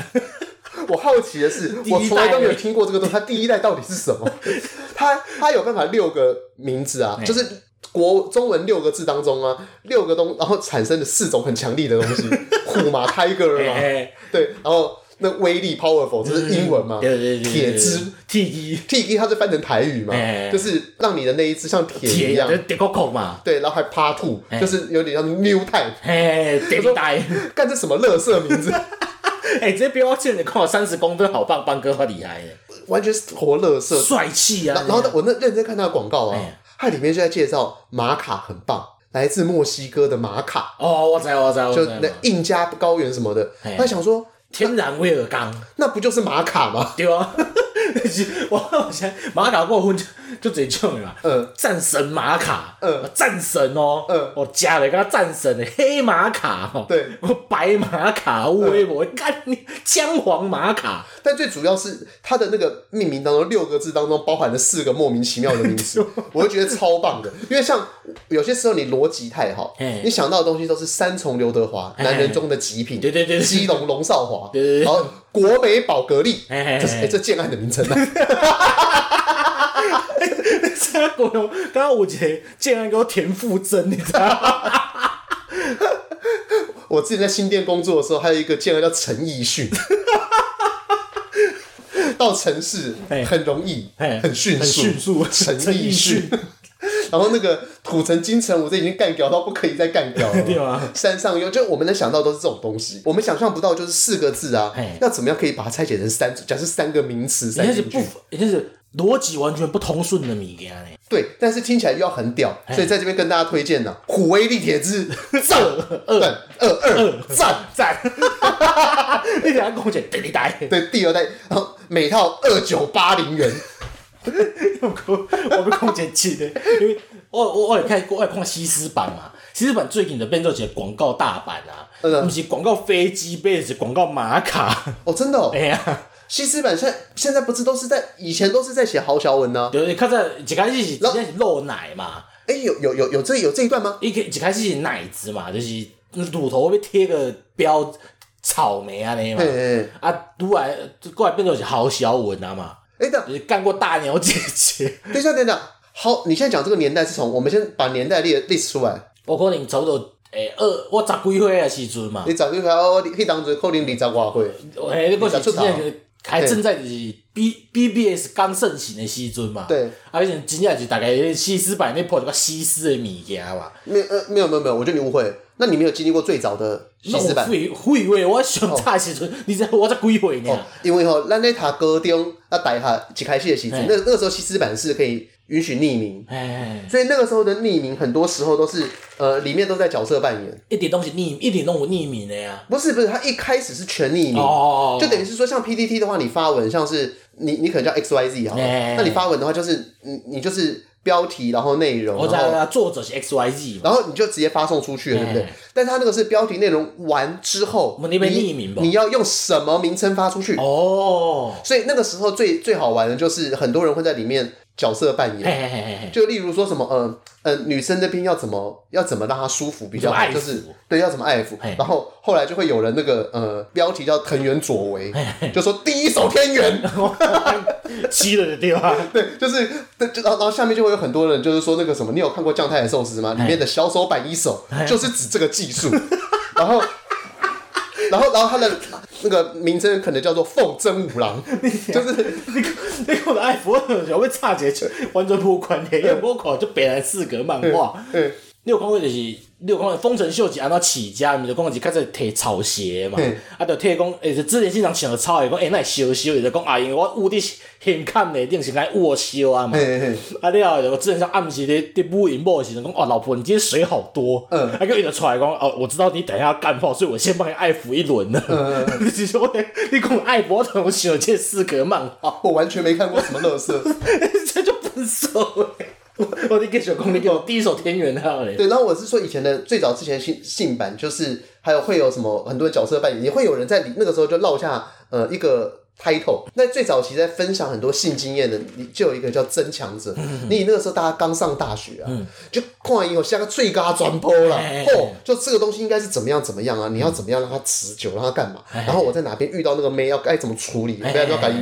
A: 我好奇的是，
B: 第一代欸
A: 我从来都没有听过这个东西，他第一代到底是什么？ *laughs* 他他有办法六个名字啊，
B: 哎
A: 就是国中文六个字当中啊，六个东，然后产生了四种很强力的东
B: *laughs*
A: 西，虎嘛，tiger
B: 哎
A: 嘛，
B: 哎，
A: 对，然后那威力 powerful 这
B: 嗯
A: 是英文嘛，
B: 对对对对，
A: 铁之
B: 铁机，
A: T G 它是翻成台语嘛
B: 哎，
A: 就是让你的那一只像铁
B: 铁
A: 一样
B: 就，是铁骨孔嘛，
A: 对，然后还趴兔，
B: 哎
A: 就是有点像 new type，
B: 嘿，铁皮带，
A: 干这什么乐色名字？
B: 哎，这标签你看我三十公分，好棒，棒哥好厉害耶，
A: 完全是活乐色，
B: 帅气啊！
A: 然后然后我那认真看他的广告啊
B: 哎，
A: 它里面就在介绍玛卡很棒，来自墨西哥的玛卡，
B: 哦，我知道我知道我
A: 就
B: 知道
A: 那，印加高原什么的。
B: 哎
A: 他想说，
B: 天然威尔刚，
A: 那不就是玛卡吗？ *laughs*
B: 对 *laughs* 啊，是我现在马卡过分就就侪种的嘛，
A: 嗯，
B: 战神马卡，
A: 嗯，
B: 战神哦，
A: 嗯
B: 我加了个战神的黑马卡哦，
A: 对，
B: 我白马卡微博，干你姜黄马卡， *laughs*
A: 但最主要是它的那个命名当中六个字当中包含了四个莫名其妙的名
B: *laughs*
A: 词，我就觉得超棒的。因为像有些时候你逻辑太好
B: 嘿，
A: 你想到的东西都是三重刘德华，
B: 嘿
A: 男人中的极品，
B: 哎对对对对
A: 基隆龙少华，
B: 对对对
A: 然后国美宝格丽，
B: 嘿嘿嘿
A: 这是哎这建案的名称啊。
B: 这个我刚刚我姐竟然给我田馥甄，你知道吗？
A: 我之前在新店工作的时候，还有一个建安叫陈奕迅， *laughs* 到城市
B: 嘿
A: 很容易，
B: 嘿
A: 很迅
B: 很
A: 速，
B: 迅速
A: 陈
B: 陈
A: 奕
B: 奕
A: 迅
B: 迅。
A: *laughs* 然后那个土城金城武，这已经干掉到不可以再干掉了，
B: *laughs* 对啊
A: 山上有，就我们能想到都是这种东西，我们想象不到就是四个字啊
B: 嘿，
A: 要怎么样可以把它拆解成三？假设三个名词
B: 人
A: 塞
B: 家是
A: 进
B: 不
A: 去，，
B: 人家是逻辑完全不通顺的物件呢。
A: 对，但是听起来又要很屌，所以在这边跟大家推荐呢，虎威力铁之赞二二二赞。
B: 赞！ *laughs* 你等下跟我姐对你呆，
A: 对，第二代，然后每套二九八零元，
B: 我要讲一个气的，因为我我我会看我会看西施版嘛，西施版最近就变做一个广告大版啊，
A: 嗯
B: 不是广告飞机杯，是广告玛
A: *laughs*
B: 卡。
A: *laughs* 哦，真的哦
B: 哎，呀，
A: 西施版现在现在不是都是在以前都是在写豪小文呢？
B: 就是较早一开始是真正是露奶嘛，
A: 哎，有有有有这有这一段吗？
B: 一开一开始是奶子嘛，就是乳头要贴个标草莓安尼嘛
A: 嘿，嘿，
B: 啊，突然过来变做是豪小文啊嘛，
A: 哎，等
B: 就是干过大鸟姐姐。 *laughs*
A: 等一下等一下，好，你现在讲这个年代是从我们先把年代列列出来，
B: 我可能差不多诶二，我十几岁的时阵嘛，
A: 你早就看哦，你迄当时可能二十外岁，
B: 诶，那个是
A: 你十
B: 真
A: 出头
B: 正是还正在是 B B B S 刚盛行的时阵嘛，
A: 对，
B: 啊，迄阵真正是大概西施版咧破一个西施的物件嘛，
A: 没有呃没有没有没有，我觉得你误会，那你没有经历过最早的西
B: 那
A: 施
B: 我
A: 版。
B: 废废话，我上早的时阵，你知道我才几岁
A: 哦
B: 呢？，
A: 因为吼、咱咧读高中啊，大学一开始的时阵
B: 嘿，
A: 那那个时候西施版是可以允许匿名，
B: 哎，
A: 所以那个时候的匿名很多时候都是呃，里面都在角色扮演，
B: 一点东西匿，一点拢有匿名的呀。
A: 不是不是，他一开始是全匿名，
B: 哦，
A: 就等于是说像 PPT 的话，你发文像是你你可能叫 X Y Z 好了，
B: 哎
A: 那你发文的话就是你你就是标题，然后内容，
B: 我知
A: 然后
B: 道啊作者是 X Y Z 嘛，
A: 然后你就直接发送出去了，对不对
B: 哎？
A: 但他那个是标题内容完之后，
B: 那边匿名吧
A: 你要用什么名称发出去？
B: 哦，
A: 所以那个时候最最好玩的就是很多人会在里面角色扮
B: 嘿
A: 演，
B: 嘿嘿嘿嘿，
A: 就例如说什么，嗯、呃、嗯、女生那边要怎么要怎么让她舒服比较
B: 怎么
A: 好，
B: 爱抚
A: 就是对要怎么爱抚
B: 嘿。
A: 然后后来就会有人那个呃标题叫藤原佐为，就说第一手天元， *laughs*
B: 七了就对啊吧？
A: 对，就是对，就然后然后下面就会有很多人就是说那个什么，你有看过酱太的寿司吗？里面的小手板一手就是指这个技术，然后。然后，然后他的那个名称可能叫做凤真五郎，就是
B: *laughs* 你你看我爱佛头想要插一个完全无关的，因为我看就北兰四格漫画。
A: 嗯
B: 你有看过就是，你有看过丰臣秀吉安怎起家，毋是讲是较早摕草鞋嘛
A: 嗯，
B: 啊，就摕讲，诶，就之前经常想着草鞋，讲欸诶，那烧烧，伊就讲啊，因为我捂伫很坎的，定是该捂烧啊嘛。
A: 嘿嘿嘿
B: 啊了，就之前像暗时咧伫舞影某的时阵，讲哦，老婆，你今天水好多。
A: 嗯
B: 啊，叫伊就出来讲哦，我知道你等一下要干炮，所以我先帮你爱抚一轮了。嗯， *laughs* 就是说你讲爱博同学这四格漫画。
A: 啊我完全没看过什么乐色。
B: *laughs* 这就分手哎、我我你给小公，你给我第一首天元号嘞。
A: 对，然后我是说以前的最早之前性性版，就是还有会有什么很多角色扮演，也会有人在里那个时候就落下呃一个 title。那最早期在分享很多性经验的，你就有一个叫增强者。
B: 嗯
A: 你那个时候大家刚上大学啊，就看完以后下个最嘎转播了
B: 哎哎，哎
A: 哦，就这个东西应该是怎么样怎么样啊？你要怎么样让它持久，让它干嘛？然后我在哪边遇到那个妹要该怎么处理，
B: 哎
A: 不要不要该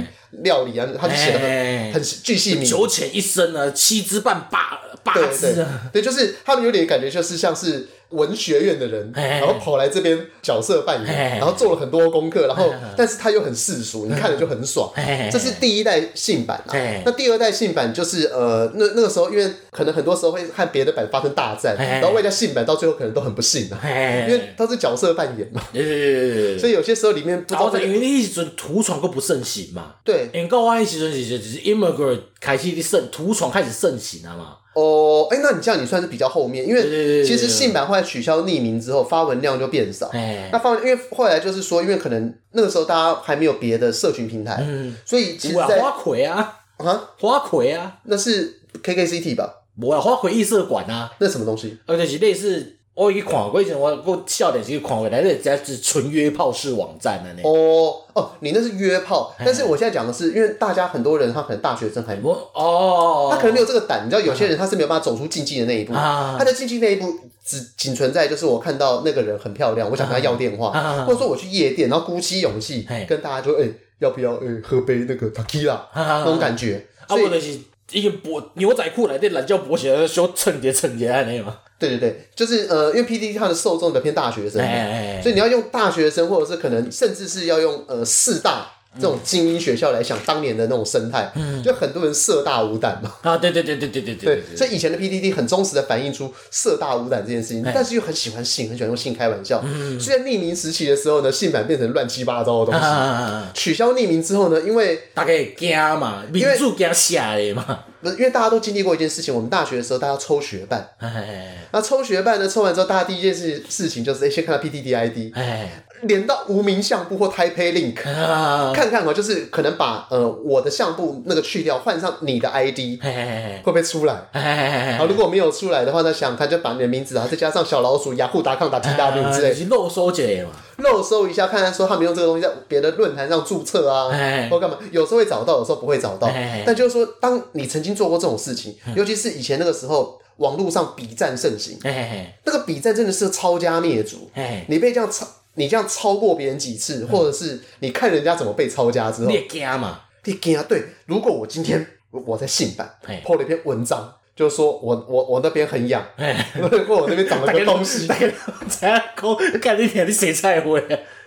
A: 料理啊，他就写的
B: 哎哎哎
A: 很很巨细靡遗。
B: 九浅一生啊，七之半八八
A: 对
B: 之
A: 对
B: 啊，
A: 对，就是他们有点感觉就是像是文学院的人，
B: 哎
A: 然后跑来这边角色扮
B: 哎
A: 演，然后做了很多功课，然后但是他又很世俗，你看了就很爽
B: 哎。
A: 这是第一代性版啊
B: 哎，
A: 那第二代性版就是呃，那那个时候因为可能很多时候会和别的版发生大战，
B: 哎
A: 然后外加性版到最后可能都很不幸啊，因为
B: 嘿，
A: 都是角色扮演嘛，
B: 呃，
A: 所以有些时候里面不知
B: 然
A: 道
B: 后在
A: 会
B: 因为那时阵土床阁不盛行嘛，
A: 对
B: 因为到我迄时阵是就是 immigrant 开始盛土床开始盛行啊嘛，
A: 哦，哎，那你这样你算是比较后面，因
B: 对对对
A: 为
B: 对
A: 其实
B: 对
A: 性版后来取消匿名之后，发文量就变少。
B: 哎
A: 那，放，因为后来就是说，因为可能那个时候大家还没有别的社群平台，所以其实
B: 有啊，
A: 在
B: 花魁啊，
A: 啊，
B: 花魁啊，
A: 那是 KKCT 吧？
B: 无啊，花魁艺术馆啊，
A: 那什么东西？
B: 而且是类似我去看过，以前我我笑点是去看过，但是只是纯约炮式网站啊的呢。
A: 哦哦，你那是约炮，
B: 哎
A: 但是我现在讲的是，因为大家很多人他可能大学生还。
B: 我哦，
A: 他可能没有这个胆，你知道，有些人他是没有办法走出禁忌的那一步。
B: 啊
A: 他的禁忌那一步只仅存在就是我看到那个人很漂亮，我想跟他要电话，
B: 啊
A: 或者说我去夜店，然后鼓起勇气
B: 嘿
A: 跟大家说，哎、要不要哎、喝杯那个 tequila 那种感觉。
B: 啊，
A: 所以
B: 我就是一个薄牛仔裤内底蓝胶薄鞋，小衬叠衬叠安尼嘛。
A: 对对对，就是呃，因为 P D 它的受众的偏大学生嘛，
B: 哎哎哎
A: 所以你要用大学生，或者是可能甚至是要用呃四大这种精英学校来想当年的那种生态，就很多人色大无胆嘛。
B: 啊，对对对对对对
A: 对
B: 嗯对，
A: 所以以前的 PDD 很忠实的反映出色大无胆这件事情，
B: 哎
A: 但是又很喜欢性，很喜欢用性开玩笑。
B: 嗯
A: 所以在匿名时期的时候呢，性版变成乱七八糟的东西。
B: 啊，
A: 取消匿名之后呢，因为
B: 大概惊嘛，民主惊下的嘛。
A: 不是因为大家都经历过一件事情，我们大学的时候大家抽学伴，
B: 哎
A: 那抽学伴呢，抽完之后大家第一件事事情就是哎、先看到 PTDID，
B: 哎
A: 连到无名相簿或 Taipei Link。
B: 啊，
A: 看看哦，就是可能把呃我的相簿那个去掉，换上你的 ID，
B: 哎
A: 会不会出来？
B: 哎
A: 好，如果没有出来的话，那想看就把你的名字，然后再加上小老鼠、雅虎达康、打 T W 之类的，
B: 是漏收一下嘛，
A: 肉啊搜一下，看看说他们用这个东西在别的论坛上注册啊
B: 哎，
A: 或干嘛，有时候会找到，有时候不会找到
B: 哎。
A: 但就是说，当你曾经做过这种事情，尤其是以前那个时候，网络上比战盛行，
B: 哎
A: 那个比战真的是抄家灭族。
B: 哎，
A: 你被这样抄，你这样超过别人几次，或者是你看人家怎么被抄家之后
B: 嗯你，会惊嘛？
A: 你惊啊！对，如果我今天我我在信版
B: 嘿
A: po 了一篇文章，就说我我我那边很
B: *laughs*
A: 痒，
B: 哎，
A: 或我那边长了
B: 大家
A: 个
B: 都
A: 东西。
B: 大家都知影讲，干你听你洗菜花，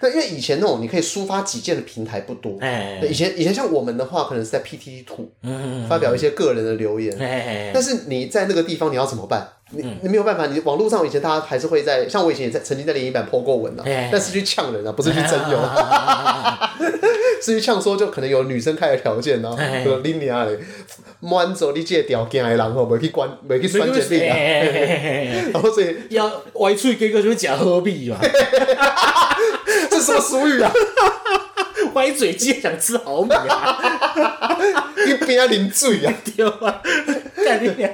A: 那因为以前那种你可以抒发己见的平台不多，
B: 哎
A: 对以前以前像我们的话，可能是在 PTT 吐
B: 嗯
A: 发表一些个人的留言，
B: 哎嗯
A: 但是你在那个地方你要怎么办？你你没有办法，你网络上以前大家还是会在，像我以前也在曾经在联谊版 po 过文啊
B: 嘿嘿，
A: 但是去呛人啊，不是去真友，是去呛说就可能有女生开的条件啊
B: 嘿，嘿
A: 说你娘嘞，满足你这个条件的人吼，袂去管，袂去选决定啊， *laughs*
B: 啊。
A: 然后所以
B: *laughs* 要歪嘴结果就会食好米嘛，
A: 这是什么俗语啊？ *laughs*
B: 歪嘴鸡想吃好米 *laughs* 啊，
A: 你边啊啉水啊？
B: 对啊，干你娘，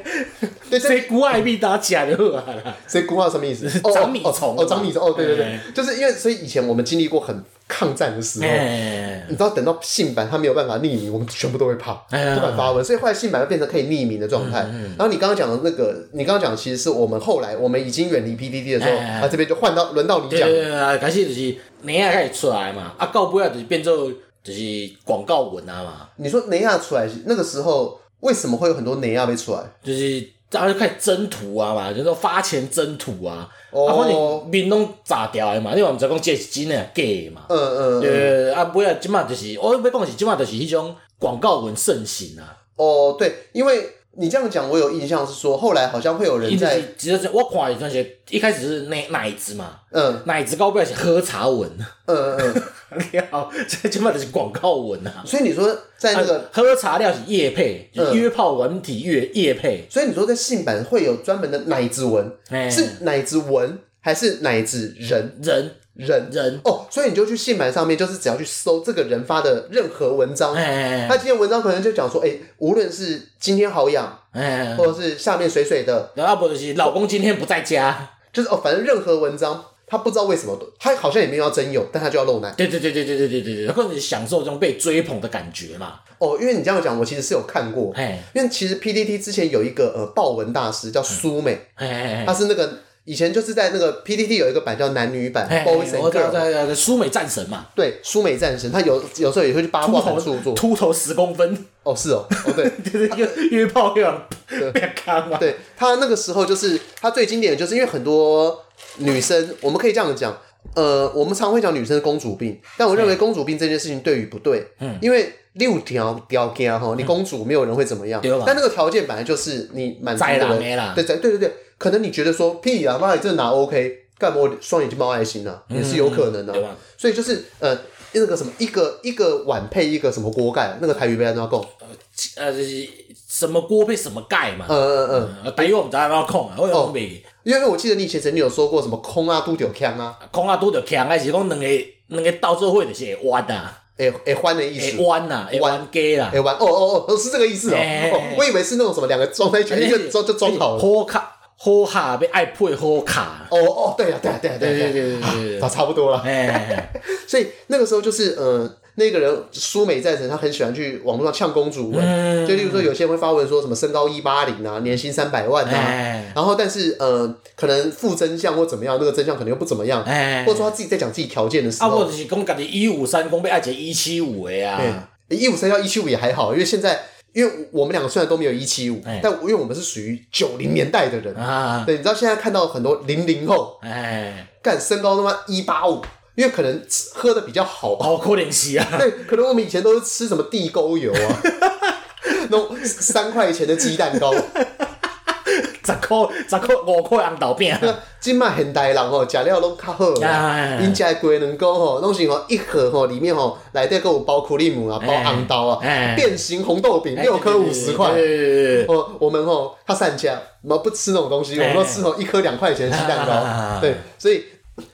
A: 对，这
B: 这古爱米打食就好啊啦，
A: 所以孤号什么意思？哦
B: 长米虫啊
A: 哦，哦长米虫，哦，对对对
B: 哎，
A: 就是因为所以以前我们经历过很抗战的时候，
B: 哎
A: 你，知道等到信版它没有办法匿名，我们全部都会怕，
B: 哎呀
A: 不敢发文，所以后来信版就变成可以匿名的状
B: 嗯
A: 态。然后你刚刚讲的那个，你刚刚讲的其实是我们后来我们已经远离 PTT 的时候，
B: 哎哎哎
A: 啊这边就换到轮到你
B: 对
A: 讲，
B: 对对啊，开始就是名啊开始出来嘛，啊到尾啊就是变做就是广告文啊嘛，
A: 你说雷亚出来那个时候为什么会有很多雷亚被出来？
B: 就是大家就开始征途啊嘛，就是说发钱征途啊，
A: 哦
B: 啊反正面拢炸掉的嘛，你嘛毋知讲这是真诶假的嘛，
A: 嗯嗯嗯，
B: 对，啊尾啊即马就是我要讲是即马就是迄种广告文盛行啊。
A: 哦对，因为你这样讲，我有印象是说后来好像会有人
B: 伊就
A: 在
B: 是直接是我看伊阵是一开始是奶奶子嘛，
A: 嗯
B: 奶子到尾是喝茶文，
A: 嗯
B: *laughs*
A: 嗯
B: 了，这即摆就是广告文啊
A: 嗯，。所以你说在那个。
B: 啊喝茶料是夜配，就是
A: 嗯
B: 约炮文体夜夜配，
A: 所以你说在性版会有专门的奶子文，
B: 哎，
A: 是奶子文还是奶子人
B: 人
A: 人
B: 人，
A: 哦，所以你就去信版上面，就是只要去搜这个人发的任何文章，
B: 哎
A: 他今天文章可能就讲说，哎、无论是今天好痒，
B: 哎，
A: 或者是下面水水的，
B: 然后不就是老公今天不在家，
A: 就是哦，反正任何文章，他不知道为什么，他好像也没有要真有，但他就要露奶
B: 对对对对对对对对对，或者是享受这种被追捧的感觉嘛，
A: 哦，因为你这样讲，我其实是有看过，
B: 哎
A: 因为其实 PDT 之前有一个呃爆文大师叫苏美，
B: 哎哎
A: 他是那个以前就是在那个 PDT 有一个版叫男女版
B: 哎，哎，
A: Boys
B: 我
A: and
B: 知道
A: Girls
B: 知。道知道苏美战神嘛，
A: 对，苏美战神，他有有时候也会去八
B: 秃
A: 卦版
B: 头
A: 著作。
B: 秃头十公分， *laughs*
A: 哦，是哦，哦对
B: 就是约约炮又变康嘛，
A: 对，他那个时候就是他最经典的就是因为很多女生，我们可以这样讲，呃，我们常会讲女生公主病，但我认
B: 嗯
A: 为公主病这件事情对与不对，嗯，因为六条条件哈，你公主没有人会怎么样
B: 嗯对吧，
A: 但那个条件本来就是你满足
B: 宰
A: 的
B: 狼
A: 人，
B: 的啦
A: 对对对对对，可能你觉得说屁啊，妈你这哪 OK，干嘛我双眼睛冒爱心啊，也是有可能的、
B: 嗯对吧？
A: 所以就是呃，那个什么，一个一个碗配一个什么锅盖，那个台语被安怎讲？
B: 呃，就是什么锅配什么盖嘛。
A: 呃呃呃，
B: 呃，等于我们知道要控啊，我讲袂，
A: 因为我记得你以前曾经有说过什么空啊、都丢腔啊、
B: 控啊拄着强，还是讲两个两个到做伙就是会弯啊，
A: 诶诶欢的意
B: 会
A: 思，
B: 弯啊，会弯家啦
A: 诶，弯哦哦哦，是这个意思哦。
B: 哎哎哎
A: 哦，我以为是那种什么两个装在一起，一个装就装好了。哦
B: 好卡好卡要爱配好卡，
A: 哦，对啊对啊对啊
B: 对
A: 对啊对
B: 对对对对
A: 啊，
B: 对，
A: 差差不多了。
B: 哎，
A: 所以那个时候就是呃。那个人苏美战神，他很喜欢去网络上呛公主
B: 嗯
A: 文，就例如说有些人会发文说什么身高一八零啊，年薪三百万啊，
B: 哎
A: 然后但是呃，可能负真相或怎么样，那个真相可能又不怎么样，
B: 哎，
A: 或者说他自己在讲自己条件的时
B: 啊，我
A: 候
B: 就，是讲家己一五三，讲要爱一个一七五的啊，
A: 对，一五三幺一七五也还好，因为现在因为我们两个虽然都没有一七五
B: 哎，
A: 但因为我们是属于九零年代的人，
B: 啊，
A: 对，你知道现在看到很多零零后
B: 哎，
A: 干身高他妈一八五，因为可能吃喝的比较好， *laughs*
B: 好可能是啊，
A: 对，可能我们以前都是吃什么地 *laughs*
B: *laughs*
A: 沟油啊，那种三块钱的鸡蛋糕，
B: 十箍十箍五块红豆饼。
A: 即卖现代人吼，食了拢较好
B: 哎
A: 啦。因食的鸡卵糕哦吼，拢是吼一盒吼，里面吼内底佫有包苦力姆
B: 哎
A: 啊，包红豆啊，变形红豆饼六颗五十
B: 哎
A: 块。哦，我们吼他善家，我们不吃那种东西，我们都吃哦吼一颗两块钱的鸡蛋糕。对，所以。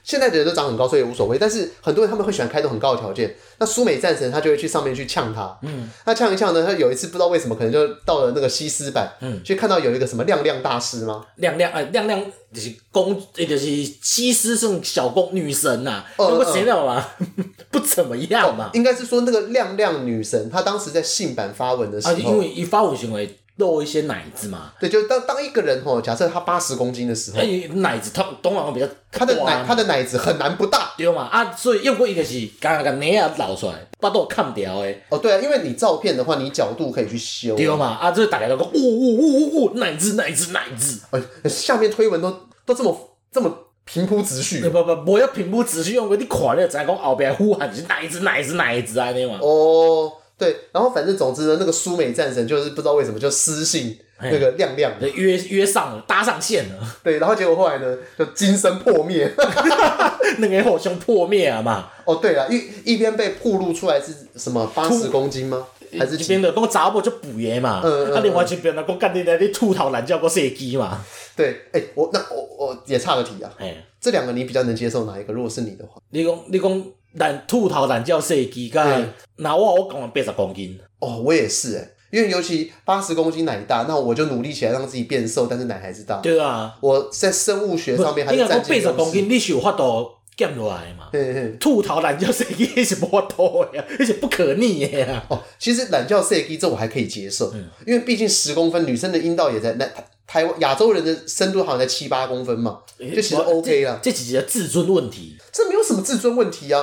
A: 现在的人都长很高，所以无所谓。但是很多人他们会喜欢开出很高的条件。那苏美战神他就会去上面去呛他，嗯，那呛一呛呢，他有一次不知道为什么，可能就到了那个西施版，嗯，就看到有一个什么亮亮大师吗？
B: 亮亮呃，亮亮就是公，也就是西施这种小公女神呐、啊，不过谁料嘛，不怎么样嘛。哦、
A: 应该是说那个亮亮女神，她当时在性版发文的时候，啊、
B: 因为一发文行为。露一些奶子嘛，
A: 对，就当当一个人哦吼，假设他八十公斤的时候，
B: 欸、奶子他当然会比较，
A: 他的奶他的奶子很难不大，
B: 对嘛啊，所以用过伊就是刚刚奶啊露出来，巴肚看掉的。
A: 哦，对啊，因为你照片的话，你角度可以去修，
B: 对嘛啊，就是大家都讲，呜呜呜呜呜，奶子奶子奶子，
A: 呃，下面推文都都这么这么。平铺直叙，
B: 不不，不要平铺直叙，用过你看你就知讲后边呼喊是奶子奶子奶子安尼啊嘛。
A: 哦。对，然后反正总之呢，那个苏美战神就是不知道为什么就私信
B: 哎
A: 那个亮亮，
B: 约约上了，搭上线了。啊
A: 对，然后结果后来呢，就金身破灭，
B: *laughs*
A: *laughs*
B: 那个火熊破灭啊嘛。
A: 哦，对了，一一边被暴露出来是什么八十公斤吗？还是
B: 一边的讲查某就补爷嘛，嗯嗯嗯啊另外一边呢讲干你来你吐头懒觉个射击嘛。
A: 对，哎、欸，我那我我也差个题啊。哎、欸，这两个你比较能接受哪一个？如果是你的话，
B: 你讲你讲。懒吐头懒觉设计，噶那我我讲八十公斤。
A: 哦，我也是哎，因为尤其八十公斤奶大，那我就努力起来让自己变瘦，但是奶还是大。
B: 对啊，
A: 我在生物学上面还是占
B: 八十公斤，你是有法度减落来嘛？
A: 嘿嘿
B: 吐头懒觉设计是无法度的呀，而且不可逆的啊呀。
A: *laughs* 哦，其实懒觉设计这我还可以接受，嗯、因为毕竟十公分，女生的阴道也在那。台湾亚洲人的深度好像才七八公分嘛，欸、就其实 OK 啦。
B: 这几集的自尊问题，
A: 这没有什么自尊问题啊。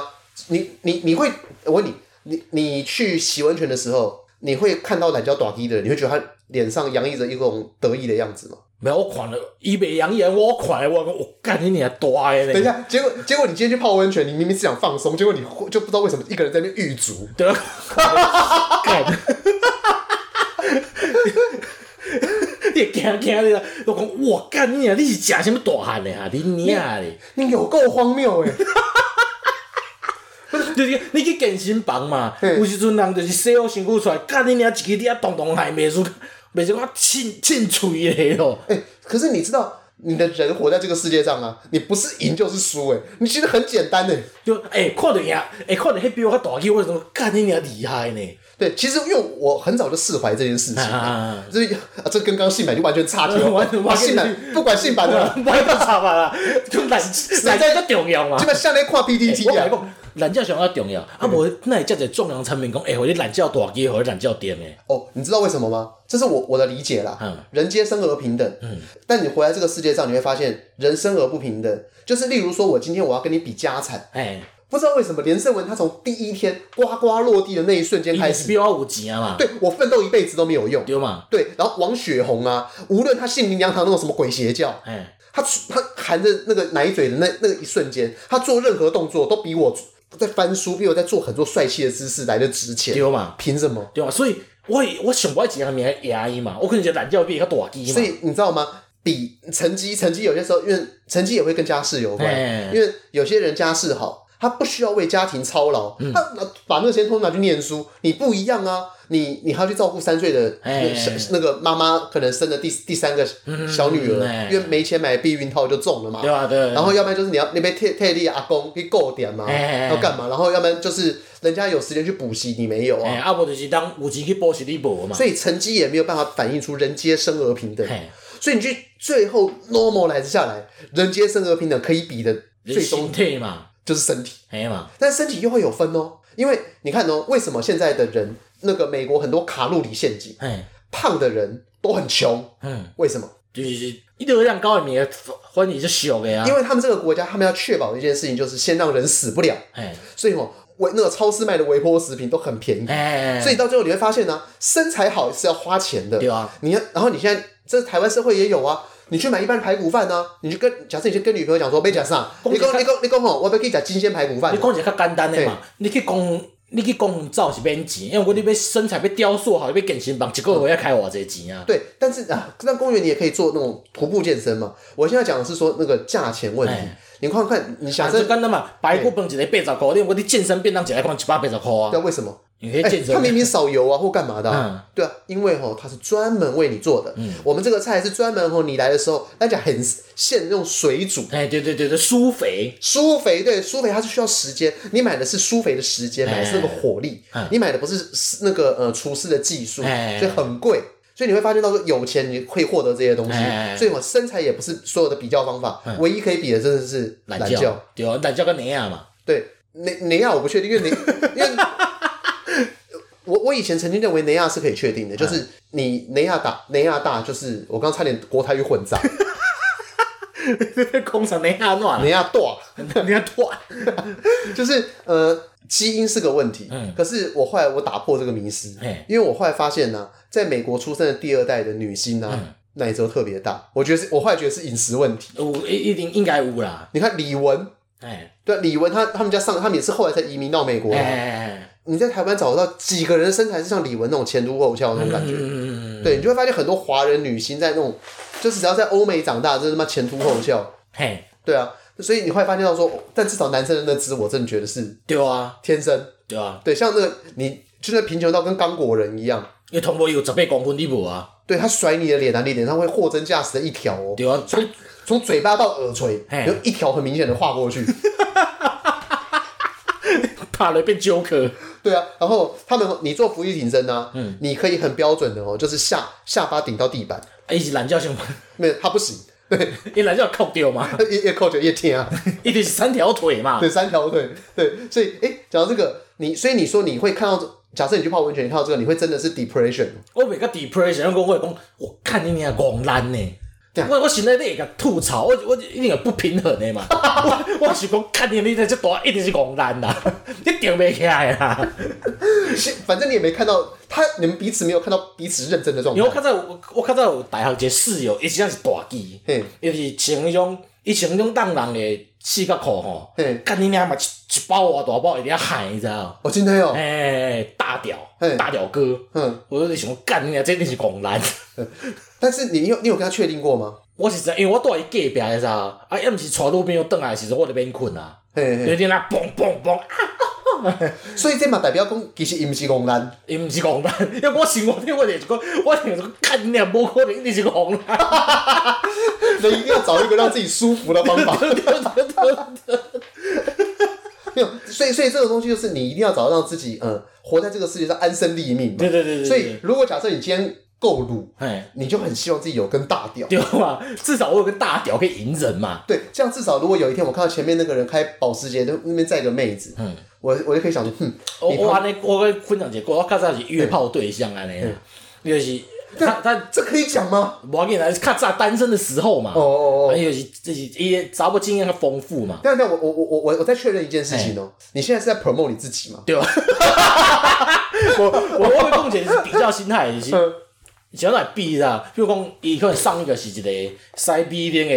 A: 你你你会，我问你，你你去洗温泉的时候，你会看到懒觉短低的人，你会觉得他脸上洋溢着一种得意的样子吗？
B: 没有，我款了，一北洋洋，我款了，我我干你娘大耶！
A: 等一下，结果结果你今天去泡温泉，你明明是想放松，结果你就不知道为什么一个人在那狱卒。
B: *laughs*
A: *laughs*
B: 对啊，干。 *laughs* 你惊惊你啦！我讲我干你啊！你是食什么大汉的啊？你娘嘞！
A: 你有够荒谬欸诶！
B: 就是你去健身房嘛，有时阵人就是洗好身躯出来，干你娘一支你啊动动害袂输，袂输我凊凊喙诶咯。
A: 诶、欸，可是你知道，你的人活在这个世界上啊，你不是赢就是输诶、欸，你其实很简单诶、欸。
B: 就诶，看着赢，诶，看着迄比我较大只，我讲干你娘厉害呢！
A: 对，其实因为我很早就释怀这件事情，所以啊，这跟刚性版就完全差题了。哦性版不管性版的，
B: 不要差版
A: *laughs*
B: 啦，就懒懒觉较重要嘛。
A: 基本上咧看 PPT
B: 啊，懒觉上较重要。
A: 嗯
B: 啊，无那遮侪壮阳产品讲，哎，互你懒觉大肌，互你懒觉点诶。
A: 哦，你知道为什么吗？这是我我的理解啦。嗯，人皆生而平等。嗯，但你活在这个世界上，你会发现人生而不平等。就是例如说，我今天我要跟你比家产，
B: 哎。
A: 不知道为什么连胜文他从第一天呱呱落地的那一瞬间开始，
B: 比我有钱啊嘛！
A: 对我奋斗一辈子都没有用，
B: 对嘛？
A: 对，然后王雪红啊，无论他信林良堂那种什么鬼邪教，
B: 哎、欸，
A: 他他含着那个奶嘴的那那个一瞬间，他做任何动作都比我在翻书，比我在做很多帅气的姿势来的值钱，
B: 对嘛？
A: 凭什么？
B: 对嘛？所以我我想不爱几样名牙医嘛，我可能觉得懒觉比较大鸡嘛。
A: 所以你知道吗？比成绩，成绩有些时候因为成绩也会跟家世有关，
B: 哎
A: 欸、因为有些人家世好。他不需要为家庭操劳，嗯、他把那个钱通拿去念书。你不一样啊，你你还要去照顾三岁的小那个妈妈，可能生的第第三个小女儿，哎嗯嗯、因为没钱买避孕套就中了嘛。
B: 对啊，对,對。
A: 然后要不然就是你要那边特特地阿公去购点嘛，
B: 哎
A: 要干嘛？然后要不然就是人家有时间去补习，你没有啊。
B: 啊，无就是当有钱去补习你无嘛。哎
A: 所以成绩也没有办法反映出人皆生而平等。所以你去最后 normalize 下来，人皆生而平等可以比的最终
B: 嘛。
A: 就是身体，
B: 哎嘛，
A: 但身体又会有分哦，因为你看哦，为什么现在的人那个美国很多卡路里陷阱，胖的人都很穷，
B: 哎嗯，
A: 为什么？
B: 就是热量高的你欢你就小的呀，啊
A: 因为他们这个国家他们要确保一件事情，就是先让人死不了，
B: 哎，
A: 所以哦，微那个超市卖的微波食品都很便宜，
B: 哎，
A: 所以到最后你会发现呢、啊，身材好是要花钱的，
B: 对啊，
A: 你要，然后你现在这台湾社会也有啊。你去买一般排骨饭呢、啊？你去跟假设你去跟女
B: *laughs* 啊
A: 朋友讲说，别讲啥，你讲你讲你讲吼，我要去吃金鲜排骨饭。
B: 你讲一个较简单的嘛，你去讲你去公园走是免钱，因为我你要身材要雕塑好，你要健身房一个月要开偌济钱啊？
A: 对，但是啊，那公园你也可以做那种徒步健身嘛。我现在讲的是说那个价钱问题，
B: 哎啊
A: 你看看，你想
B: 反
A: 这
B: 正简单嘛，排骨饭一个八十箍，你我你健身便当一个可能一百八十箍啊
A: 那，为什么？
B: 你迄
A: 哎、
B: 健身
A: 他明明少油啊，或干嘛的、啊？
B: 嗯
A: 对啊，因为吼，它是专门为你做的。我们这个菜是专门吼，你来的时候，大家很现用水煮。
B: 哎、对对对对，苏肥，
A: 苏肥对苏肥，它是需要时间。你买的是苏肥的时间，买的是
B: 哎
A: 那个火力，你买的不是那个呃厨师的技术，
B: 嗯哎
A: 所以很贵。所以你会发现到说，有钱你可以获得这些东西
B: 哎。嗯
A: 所以我身材也不是所有的比较方法，唯一可以比的真的是
B: 懒
A: 懒觉
B: 觉。，对啊，懒觉跟你啊嘛， *laughs*
A: 对，雷雷亚我不确定，因为你因为我我以前曾经认为雷亚是可以确定的，
B: 嗯
A: 就是你雷亚大雷亚大，就是我刚差点国台语混杂，
B: 工厂你啊
A: *laughs*
B: 暖
A: 雷，亚大。
B: *laughs* 你啊断，
A: *laughs* 就是呃，基因是个问题。可是我后来我打破这个迷失
B: 嗯嘿，
A: 因为我后来发现呢、在美国出生的第二代的女星啊呢、
B: 嗯
A: 奶头特别大。我觉得是，我后来觉得是饮食问题。
B: 有一一定应该有啦，
A: 你看李玟，
B: 哎
A: 对李玟她他们家上，他们也是后来才移民到美国
B: 哎
A: 的。
B: 哎，
A: 你在台湾找得到几个人身材是像李玟那种前凸后翘那种感觉？
B: 嗯，
A: 对，你就会发现很多华人女星在那种，就是只要在欧美长大，真他妈前凸后翘。
B: 嘿，
A: 对啊，所以你会发现到说，但至少男生的那只，我真的觉得是
B: 对啊
A: 天生。
B: 对啊，
A: 对，像这个你就算贫穷到跟刚果人一样，
B: 因为同步有十八公分你无啊，
A: 对他甩你的脸啊，你脸上会货真价实的一条哦，
B: 对啊，
A: 从从嘴巴到耳垂，
B: 嘿
A: 有一条很明显的划过去。
B: 拍了变 Joker，
A: 对啊，然后他们你做俯卧挺身啊，
B: 嗯
A: 你可以很标准的哦，就是下下巴顶到地板，
B: 啊，伊是懒觉想，
A: 没有他不行， *laughs*
B: 伊懒觉扣掉嘛，
A: 越越扣就越天啊，
B: 伊就是三条腿嘛，
A: 对，三条腿，对，所以诶，讲到这个，你所以你说你会看到这，假设你去泡温泉，你看到这个，你会真的是 depression 吗
B: 我袂较 depression，我会讲，我看你娘戆烂呢
A: 对啊。
B: 我我现在你会甲吐槽，我我一定会不平
A: *laughs*
B: 衡的嘛。我我是讲，看你你这这大一定是戆烂啦， *laughs* 你顶袂起来
A: *laughs*
B: 啊啦。
A: 是反正你也没看到他，你们彼此没有看到彼此认真的状
B: 因为我
A: 态，
B: 较早有我较早有大学一个室友，伊真正是大基
A: 嘿，
B: 伊是穿迄种伊穿迄种当人的四角裤吼
A: 嘿，
B: 看你娘嘛一一包偌大包，会遐喊你知道？
A: 哦，今天哦，
B: 哎，大屌
A: 嘿
B: 大屌哥，
A: 嗯。
B: 我就想干你娘，这一定是戆烂。
A: 但是你有你有跟他确定过吗？
B: 我是知，因为我住伊隔壁的啥，啊，要毋是带女朋友倒来的时阵，我就免困啊，
A: 嘿
B: 就
A: 嘿，
B: 伫那嘣嘣嘣，啊
A: 所以这嘛代表讲，其实伊毋是戆人， *laughs*
B: 伊毋是戆人，因为我生活顶我就是讲，我就是讲，干你娘，无可能一定是戆人，
A: 人一定要找一个让自己舒服的方
B: *laughs*
A: 法。没有，所以所以这种东西就是你一定要找到让自己嗯、呃活在这个世界上安身立命嘛。
B: 对对对对对
A: 所以如果假设你今天够鲁，
B: 哎，
A: 你就很希望自己有根大屌。
B: 对嘛，至少我有个大屌可以隐忍嘛，
A: 对，这样至少如果有一天我看到前面那个人开保时捷，那那边载个妹子，嗯，我我就可以想着，哼，
B: 我
A: 你
B: 我
A: 看
B: 安尼，我跟你分享一个，我较早是约炮对象安尼，就是他他
A: 这可以讲吗？
B: 无要紧啦，较早单身的时候嘛，
A: 哦哦
B: 啊，
A: 哦。
B: 就是就是伊查某经验较丰富嘛，
A: 但但我我我我我我再确认一件事情
B: 哎
A: 哦，你现在是在 promote 你自己吗？
B: 对吧？我我我讲一个是比较心态，就是
A: 嗯
B: 想来比啦，比如讲伊可能上一个是一个西比丁的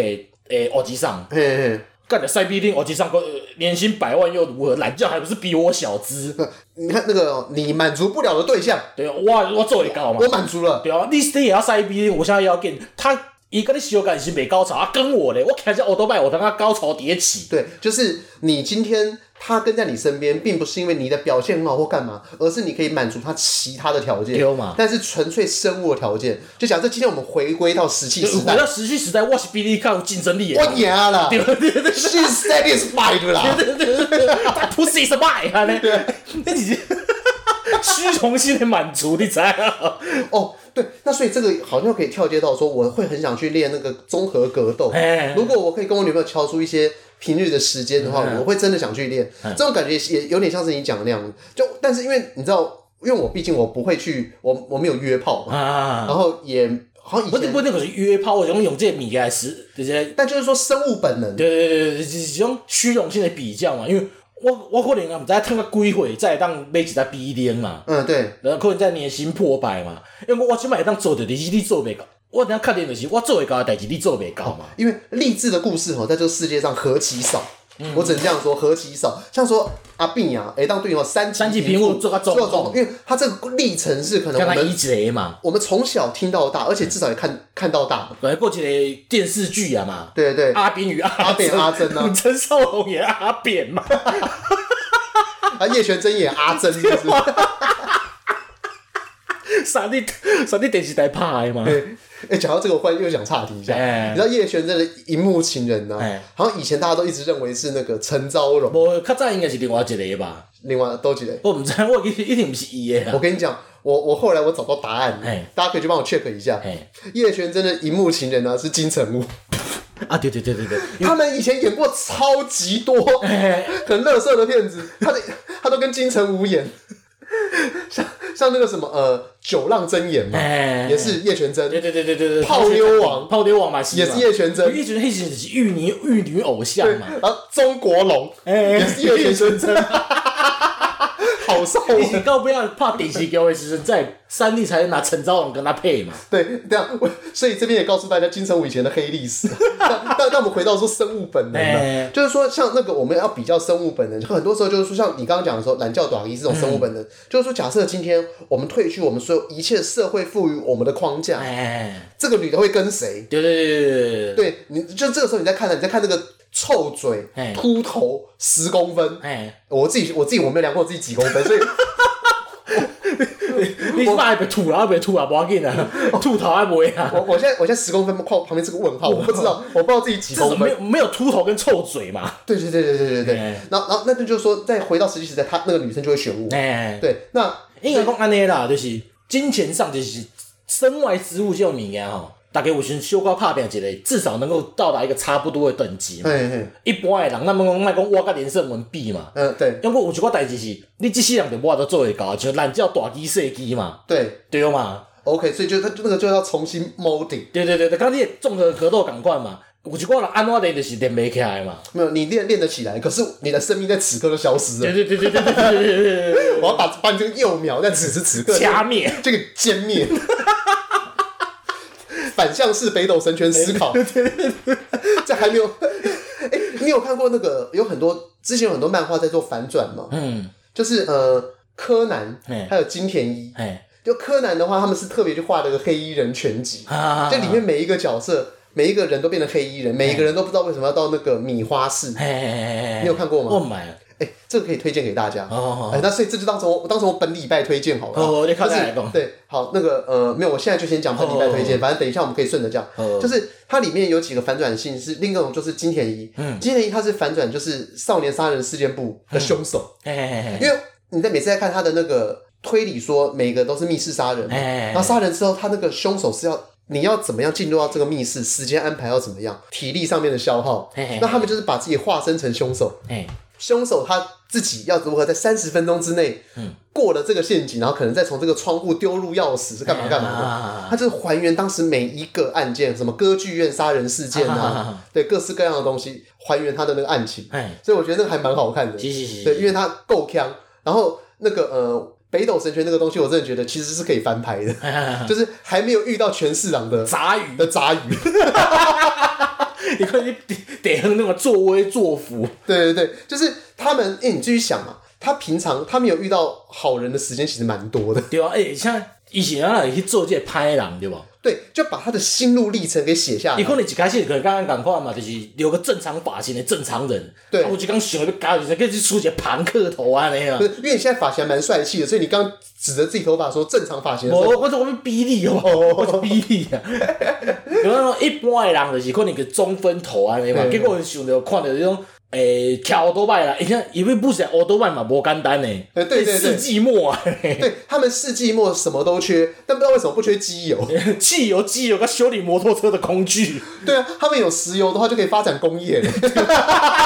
B: 呃诶耳机上，
A: 嘿嘿嘿。
B: 干了西比丁耳机上个呃年薪百万又如何？懒觉还不是比我小资？
A: 你看那个哦你满足不了的对象，
B: 对，我我做会到嘛
A: 我？满足了。
B: 对啊，你你也要西比丁，我现在也要跟他。伊跟你修改是袂高潮啊，跟我嘞，我开只奥多拜，我等他高潮迭起。
A: 对，就是你今天他跟在你身边，并不是因为你的表现很好或干嘛，而是你可以满足他其他的条件
B: 对嘛。
A: 但是纯粹生物的条件，就假设今天我们回归到石器时
B: 我
A: 代
B: 要，持续时代，我是比你更有竞争力的
A: 我
B: 人。
A: 牙啦
B: 对对对对
A: ，she's satisfied 啦。
B: 他 pussy is mine *laughs* 啊，那那你是虚荣心的满足，你知道吗？
A: 哦，对，那所以这个好像可以跳接到说，我会很想去练那个综合格斗
B: 哎。
A: 如果我可以跟我女朋友敲出一些平日的时间的话，
B: 嗯
A: 我会真的想去练。这种感觉也有点像是你讲的那样，就但是因为你知道，因为我毕竟我不会去，我我没有约炮嘛，
B: *laughs* 啊，
A: 然后也好像以
B: 不是
A: 前，
B: 不是，那个是约炮，我用用这米来实，就是
A: 但就是说生物本能。
B: 对对对对，就是种虚荣心的比较嘛，因为我我可能啊，毋知趁到几岁才会当买一台 B 零嘛，
A: 嗯，对，
B: 然后可能才年薪破百嘛，因为我即摆会当做着，但是你做袂到。我等下确定就是我做会到的代志，你做袂到嘛。
A: 因
B: 嗯
A: 为励志的故事哦，在这个世界上何其少。我只能这样说，何其少。像说阿扁啊，会当对吼三
B: 三级
A: 贫
B: 贫
A: 富
B: 富做到总
A: 做
B: 统
A: 统，因为他这个历程是可能
B: 跟
A: 哦我
B: 他一
A: 们
B: 级的嘛，
A: 我们从小听到大，而且至少也
B: 嗯
A: 看看到大。
B: 来过去的电视剧
A: *laughs*
B: 啊嘛，
A: 对对，
B: 阿扁与阿
A: 阿扁阿珍啊
B: *laughs* 陈少龙演阿扁嘛， *laughs*
A: 啊，叶璇真演阿珍，就是
B: 三立三立电视台拍的嘛，
A: 对，哎，讲到这个，我忽然又想岔题一下。
B: 哎
A: 你知道叶璇真的荧幕情人呢、
B: 哎
A: 好像以前大家都一直认为是那个陈昭荣，
B: 无较早应该是另外一个吧，
A: 另外都几类。
B: 我毋知 *laughs* 我一定一定毋是伊的
A: 我
B: 啊，
A: 跟你讲，我我后来我找到答案，
B: 哎
A: 大家可以去帮我 check 一下。
B: 哎，
A: 叶璇真的荧幕情人呢、是金城武，
B: 啊对对对 *laughs* 对对，因为
A: 他们以前演过超级多
B: *laughs* 哎
A: 很乐色的片子，他的他都跟金城武演，像像那个什么呃九浪真演嘛，
B: 哎
A: 也是叶璇真
B: 对，对对对对对，
A: 泡妞王
B: 泡妞王嘛是嘛
A: 也是叶璇真，
B: 一直一直是玉女玉女偶像嘛，
A: 然后钟国龙
B: 哎
A: 也是叶璇真，好少
B: 一直到尾要拍电视剧的时阵，在三立才拿陈昭荣跟他配嘛。
A: 对，这样我所以这边也告诉大家金城武以前的黑历史。但但但我们回到说生物本能
B: 哎
A: 啊，就是说像那个我们要比较生物本能，就很多时候就是说像你刚刚讲的说懒觉短移这种
B: 嗯
A: 生物本能，就是说假设今天我们退去我们所有一切社会赋予我们的框架，
B: 哎，
A: 这个女的会跟谁？
B: 对对对对对，
A: 对你就这个时候你在看她，你在看那个臭嘴
B: 哎
A: 秃头十公分，
B: 哎，
A: 我自己我自己我没有量过我自己几公分，所以
B: 你是爱被吐啊，爱被吐啊，无要紧 *laughs* 啊，吐头还不会啊。
A: 我我 *laughs* 现在我现在十公分框旁边是个问号，我不知道我不知道自己几
B: 这
A: 公
B: 种没
A: 分。
B: 有没有秃头跟臭嘴嘛？
A: 对对对对对对对
B: 哎。
A: 然后然后那就是说，再回到实际时代，她那个女生就会选我。
B: 哎，
A: 对，那
B: 应该讲安尼啦，就是金钱上就是身外之物这种物件吼，大家有时小可拍拼一个，至少能够到达一个差不多的等级嘛。
A: 嘿嘿，
B: 一般的人，咱们讲莫讲我甲连胜文比嘛，
A: 嗯，对
B: 因为有一寡代志是，你即世人就无法度做会到，像咱叫大机小机嘛，
A: 对
B: 对嘛？
A: ，OK，所以就她那个就要重新 molding。
B: 对对对对，刚你的综合格斗共款嘛，有一寡人安怎练就是练袂起来嘛。
A: 没有，你练练得起来，可是你的生命在此刻就消失
B: 对
A: 了。
B: 对对对对对对对对对
A: 我要把把你这个幼苗在此时此刻
B: 对，掐灭。
A: 这个歼灭，反向式北斗神拳思考。 *laughs* 这还没有，哎、你有看过那个有很多之前有很多漫画在做反转吗？
B: 嗯，
A: 就是呃，柯南
B: 嘿
A: 还有金田一，
B: 哎，
A: 就柯南的话，他们是特别去画了个黑衣人全集，
B: 啊，
A: 这里面每一个角色，每一个人都变成黑衣人，每一个人都不知道为什么要到那个米花市。
B: 嘿，嘿嘿嘿
A: 你有看过吗
B: 我买了，
A: 哎、这个可以推荐给大家。
B: 哦
A: 哎、那所以这就当成我当成我本礼拜推荐好了。
B: 哦你看
A: 就是
B: 再来讲
A: 对，好，那个呃，没有，我现在就先讲本礼拜推荐，反正等一下我们可以顺着讲。
B: 哦
A: 就是它里面有几个反转性是另一种，就是金田一。嗯，金田一他是反转，就是少年杀人事件簿
B: 嗯
A: 的凶手，
B: 嘿嘿嘿嘿，
A: 因为你在每次在看他的那个推理说，每个都是密室杀人嘛，
B: 哎
A: 然后杀人之后，他那个凶手是要。你要怎么样进入到这个密室？时间安排要怎么样？体力上面的消耗
B: 嘿嘿嘿，
A: 那他们就是把自己化身成凶手，
B: 哎，
A: 凶手他自己要如何在三十分钟之内，
B: 嗯
A: 过了这个陷阱，然后可能再从这个窗户丢入钥匙，是干嘛干嘛的。
B: 嘛
A: 他就是还原当时每一个案件，什么歌剧院杀人事件
B: 啊啊啊
A: 啊，对各式各样的东西，还原他的那个案情。
B: 哎，
A: 所以我觉得那个还蛮好看的，
B: 是是是
A: 对，因为它够强。然后那个呃，北斗神拳那个东西，我真的觉得其实是可以翻拍
B: *laughs* 啊
A: 的，就是还没有遇到全市长的
B: 杂鱼，
A: 的杂鱼。
B: 你看你得那个作威作福，
A: 对对对，就是他们，哎、你继续想嘛，他平常他们有遇到好人的时间其实蛮多的，
B: 对吧？哎，像以前啊去做这个歹人对吧？
A: 对，就把他的心路历程给写下
B: 伊
A: 来。
B: 可能一开始可能刚刚讲看嘛，就是留个正常发型的正常人。
A: 对
B: 啊我就刚想要搞，就是去出一个庞克头安尼啊
A: 不。是，因为你现在发型还蛮帅气的，所以你刚指着自己头发说正常发型的时
B: 我
A: 候，
B: 我我比你
A: *laughs*
B: 哦，我是比你啊。有那种一般的人就是可能个中分头安尼嘛，
A: 嗯
B: 结果想到看到迄种诶，跳奥多麦啦，伊看因为不是奥多麦嘛，无简单呢。
A: 呃对对对
B: 世纪末啊，
A: 对他们世纪末什么都缺，但不知道为什么不缺机油。
B: 汽油机油跟修理摩托车的工具， *laughs*
A: 对啊，他们有石油的话就可以发展工业了。 *laughs*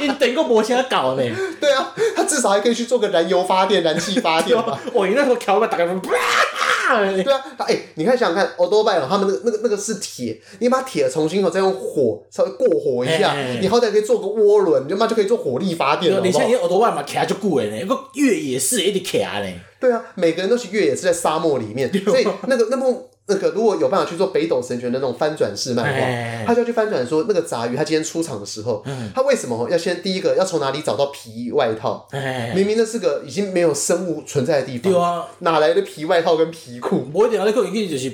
B: 因等个无啥搞呢。
A: 对啊，他至少还可以去做个燃油发电、燃气发电吧。
B: *laughs* 我哦那时候跳个大概啪，
A: *laughs* 对啊，哎、你看想想看，欧多拜哦，他们那个那个那个是铁，你把铁重新哦再用火稍微过火一下，
B: 哎哎哎啊
A: 你好歹可以做个涡轮，你他妈就可以做火力发电了，
B: 你
A: 好不
B: 像
A: 好
B: 伊？奥多万嘛，徛足久的呢，个越野式的一直徛呢。哦
A: 对啊，每个人都是越野是在沙漠里面，所以那个那么。那个如果有办法去做北斗神拳的那种翻转式漫
B: 哎嗯
A: 画，他就要去翻转说那个杂鱼他今天出场的时候，他为什么要先第一个要从哪里找到皮外套？
B: 哎，
A: 明明那是个已经没有生物存在的地
B: 对
A: 方，
B: 啊，
A: 哪来的皮外套跟皮裤？
B: 无一定啊，你可能去就是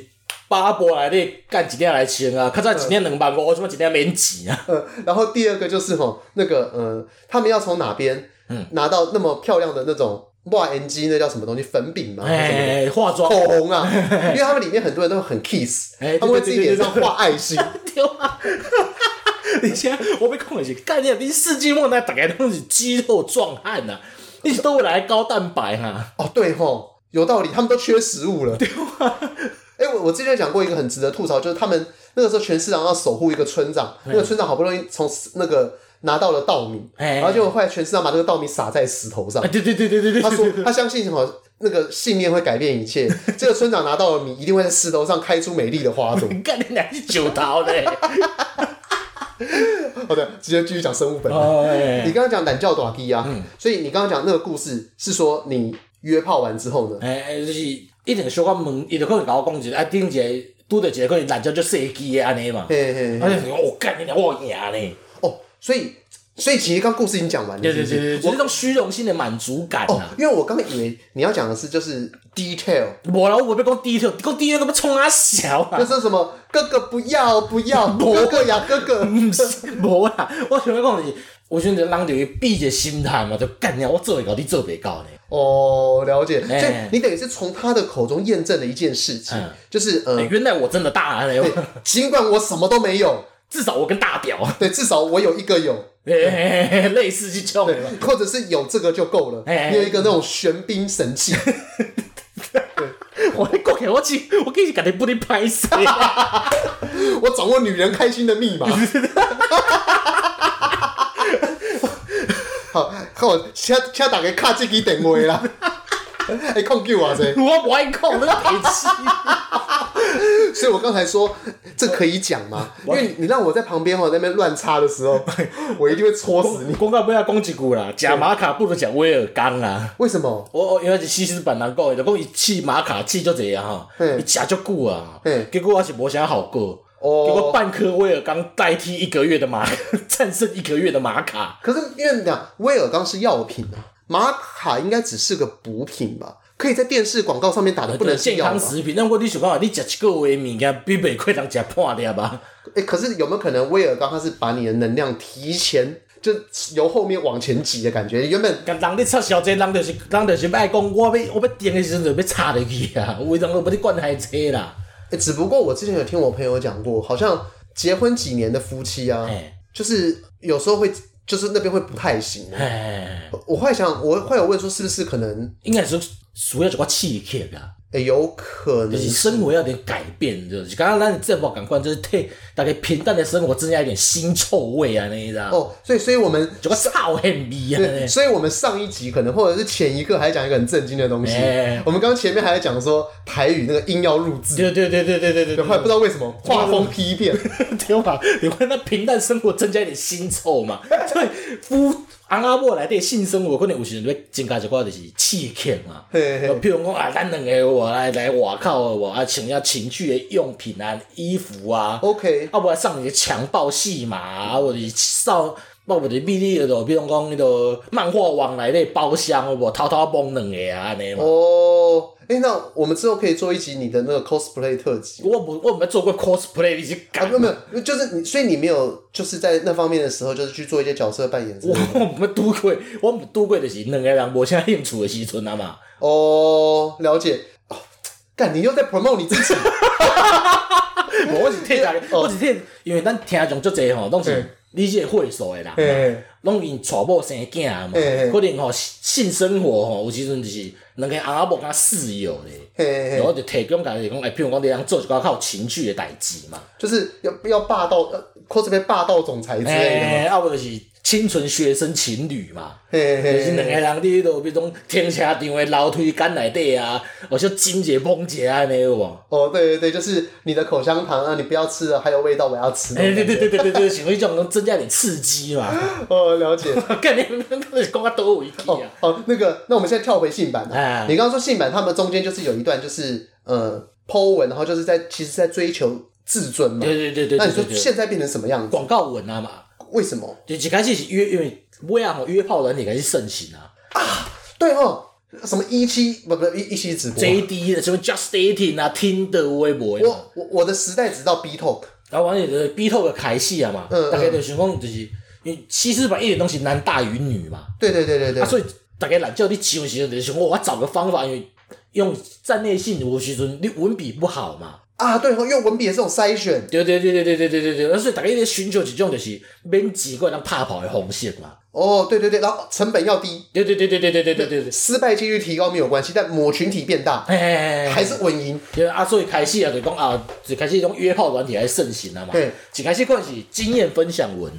B: 巴波内底干一领来穿啊，较早一领两万五，我即摆一领免钱啊。
A: 呃，然后第二个就是吼、那个呃，他们要从哪边
B: 嗯
A: 拿到那么漂亮的那种哇 NG 那叫什么东西粉饼嘛，还是什么的
B: 哎，化妆
A: 口红啊，因为他们里面很多人都很 kiss，
B: 哎对
A: 他们会自己脸上画爱心，
B: 对啊。而且我要讲的是，概念你世纪末代大家拢是肌肉壮汉呐，你是都来高蛋白哈、啊。
A: 哦对吼，有道理，他们都缺食物了。对哎、我我之前讲过一个很值得吐槽，就是他们那个时候全市长要守护一个村长，那个村长好不容易从那个拿到了稻米，
B: 嗯哎
A: 然后结果后来全市长把这个稻米撒在石头上
B: *laughs* 啊，，对对对对对对，
A: 他说
B: 对
A: 他相信什么？那个信念会改变一
B: *laughs*
A: 切。这个村长拿到了米，一定会在石头上开出美丽的花
B: *laughs*
A: 朵。
B: 干你娘是九头嘞！
A: 好的，哦直接继续讲生物本能。
B: *laughs* 哎
A: 你刚刚讲懒觉短低啊，
B: 嗯
A: 所以你刚刚讲那个故事是说你约炮完之后呢？
B: 哎，就是一定小可问，伊就可能甲我讲一个，啊，顶一个拄着一个可能懒觉就射击的安尼嘛。
A: 嘿嘿
B: 啊，
A: 嘿，
B: 就讲我干你娘我赢嘞！
A: 哦，所以所以其实刚故事已经讲完了，
B: 对
A: 是
B: 对
A: 不
B: 对对，
A: 是？
B: 就是那种虚荣心的满足感
A: 哦
B: 啊。，
A: 因为我刚刚以为你要讲的是就是 detail，
B: 无啦，我袂讲第一条，讲第一个要冲啊小
A: 就
B: 啊，
A: 是什么哥哥不要不要，
B: *laughs*
A: 哥哥呀哥哥，
B: 毋是无啦，我想要讲的是，有时阵人就会比一个心态嘛，就干了我做会到，你做袂到呢。
A: 哦，了解。所
B: 哎
A: 以你等于是从他的口中验证了一件事情
B: 嗯，
A: 就是呃
B: 哎，原来我真的大了，
A: 对，
B: *laughs*
A: 尽管我什么都没有，
B: 至少我跟大屌，
A: 对，至少我有一个有，
B: 哎哎哎类似这种的嘛。
A: 对，或者是有这个就够了。
B: 哎哎
A: 你有一个那种玄冰神器，
B: *laughs* 我咧讲起我去，我计是家己不哩歹势啊，
A: 我掌握女人开心的密
B: *laughs*
A: 码。好，好，请请大家卡这支电话
B: *laughs*
A: 啦。哎，控救我噻！
B: 我不爱讲，你白痴。
A: 所以我刚才说这可以讲吗？因为你让我在旁边哦，在那边乱插的时
B: *laughs*
A: 候，我一定会戳死你。
B: 讲到尾要啊讲一句啦，食玛卡不如食威尔刚啊啦。
A: 为什么？
B: 我我因哦为是西施版人讲的，就讲伊试玛卡试足济啊吼，
A: 嗯
B: 伊食足久啊
A: 嗯，
B: 结果还是无啥效果。
A: 哦
B: 结果半颗威尔刚代替一个月的玛， *laughs* 战胜一个月的玛卡。
A: 可是因为你讲威尔刚是药品啊，玛卡应该只是个补品吧？可以在电视广告上面打的不能是
B: 健
A: 药
B: 康
A: 吗？
B: 食品，那我你想看嘛，你食一个月的物件比袂过人食半粒啊吧？
A: 哎、可是有没有可能威尔刚它是把你的能量提前，就由后面往前挤的感觉？原本
B: *laughs* 人咧插小这，人就是人就是爱讲，我要我要订的时阵就要插入去啊，有的人都要你管太济啦。
A: 欸，只不过我之前有听我朋友讲过，好像结婚几年的夫妻啊，
B: 哎
A: 就是有时候会，就是那边会不太行。
B: 哎，
A: 我后来想，我后来有问说是不是可能，
B: 应该是需要一个刺激啊。
A: 欸、有可
B: 就
A: 能
B: 是生活要有点改变，就是刚刚咱这波感官就是替大家平淡的生活增加一点腥臭味啊，那一张，
A: 哦，所以所以我们
B: 就个臭很味啊，
A: 对，所以我们上一集可能或者是前一个还讲一个很震惊的东西，
B: 哎
A: 我们刚前面还在讲说台语那个音要入字，
B: 对对对对对对对
A: 后来不
B: 对，
A: 知道为什么画风批变，
B: *laughs* 对吧？有关那平淡生活增加一点腥臭嘛，对，夫阿阿婆来对性生活可能有时阵会增加一寡就是刺激嘛。
A: 嘿嘿嘿
B: 譬如讲啊，咱两个我来来外口我啊，穿下情趣的用品啊、衣服啊，
A: ，OK，
B: 啊，无上一个强暴戏嘛，啊，或者是少，啊，或者是秘密就比如讲迄个漫画网内底包厢，有无偷偷摸两个啊，安尼嘛。
A: 哦，哎、那我们之后可以做一集你的那个 cosplay 特辑。
B: 我无我毋捌做过 cosplay，你是
A: 啊，
B: 干
A: 没有？没有，就是你，所以你没有就是在那方面的时候，就是去做一些角色扮演之
B: 我
A: 类的。
B: 我毋捌拄过，我毋拄过就是两个人无啥兴趣的时阵啊
A: *laughs*
B: 嘛。
A: 哦，了解。哦干、你又在 promote 你自
B: *laughs*
A: 己。
B: 无我是替大家，
A: 哦
B: 我是替，因为咱听众足侪吼，拢是
A: 嗯
B: 你这个会所的人嘛。
A: 嘿
B: 拢因娶某生囝啊嘛，
A: 嘿嘿
B: 可能吼性生活吼有时阵就是两个阿某甲室友咧，
A: 嘿
B: 然
A: 嘿，
B: 后就提供家己讲，哎，譬如讲你通做一寡较有情趣的代志嘛，
A: 就是要要霸道、呃、cosplay 霸道总裁之类的嘛。
B: 哎，啊无就是清纯学生情侣嘛，
A: 嘿
B: 就
A: 嘿
B: 是
A: 嘿
B: 两个
A: 嘿，
B: 人伫迄落，比如讲停车场的楼梯间内底啊，或者金姐碰姐啊安尼有无？
A: 哦，对对对，就是你的口香糖啊，你不要吃了，还有味道，我要吃。
B: 哎，对对对对对 *laughs* 对，想迄种能增加点刺激嘛，
A: 哦，了解。
B: *laughs* 干你就是讲到倒位去
A: 哦
B: 啊？
A: 哦，那个，那我们现在跳回性版啊
B: 哎
A: 你刚刚说性版，他们中间就是有一段，就是呃， po 文，然后就是在其实在追求自尊嘛。
B: 对对对对
A: 那你
B: 对
A: 说
B: 对对，
A: 现在变成什么样子？
B: 广告文啊嘛，
A: 为什么？
B: 就一开始是约，因为尾啊吼约炮软体开始盛行啊
A: 对哦，什么一期不不一一期直播，
B: ，JD 的什么 Just Dating 啊、Tinder 微博嘛，
A: 我我我的时代只到 B Talk，
B: 然后完了就是 B 透的开戏啊嘛，
A: 嗯嗯
B: 大概就想讲就是，因为西施版一点东西男大于女嘛，
A: 对对对对对，
B: 啊，所以大家懒觉你起的时候就是想，我找个方法，因为用站内信有的时阵你文笔不好嘛，
A: 啊对哦，用文笔也是种筛选
B: 对对对对对对对对对，啊所以大家在寻求一种就是免钱个人拍跑的方式嘛，
A: 哦，对对对，然后成本要低，
B: 对对对对对对对对对对，
A: 失败几率提高没有关系，但某群体变大
B: 哎哎哎哎
A: 还是稳赢，
B: 对啊，所以开始啊，就讲啊，就开始种约炮软体还盛行啊嘛。
A: 对，
B: 一开始可能是经验分享文，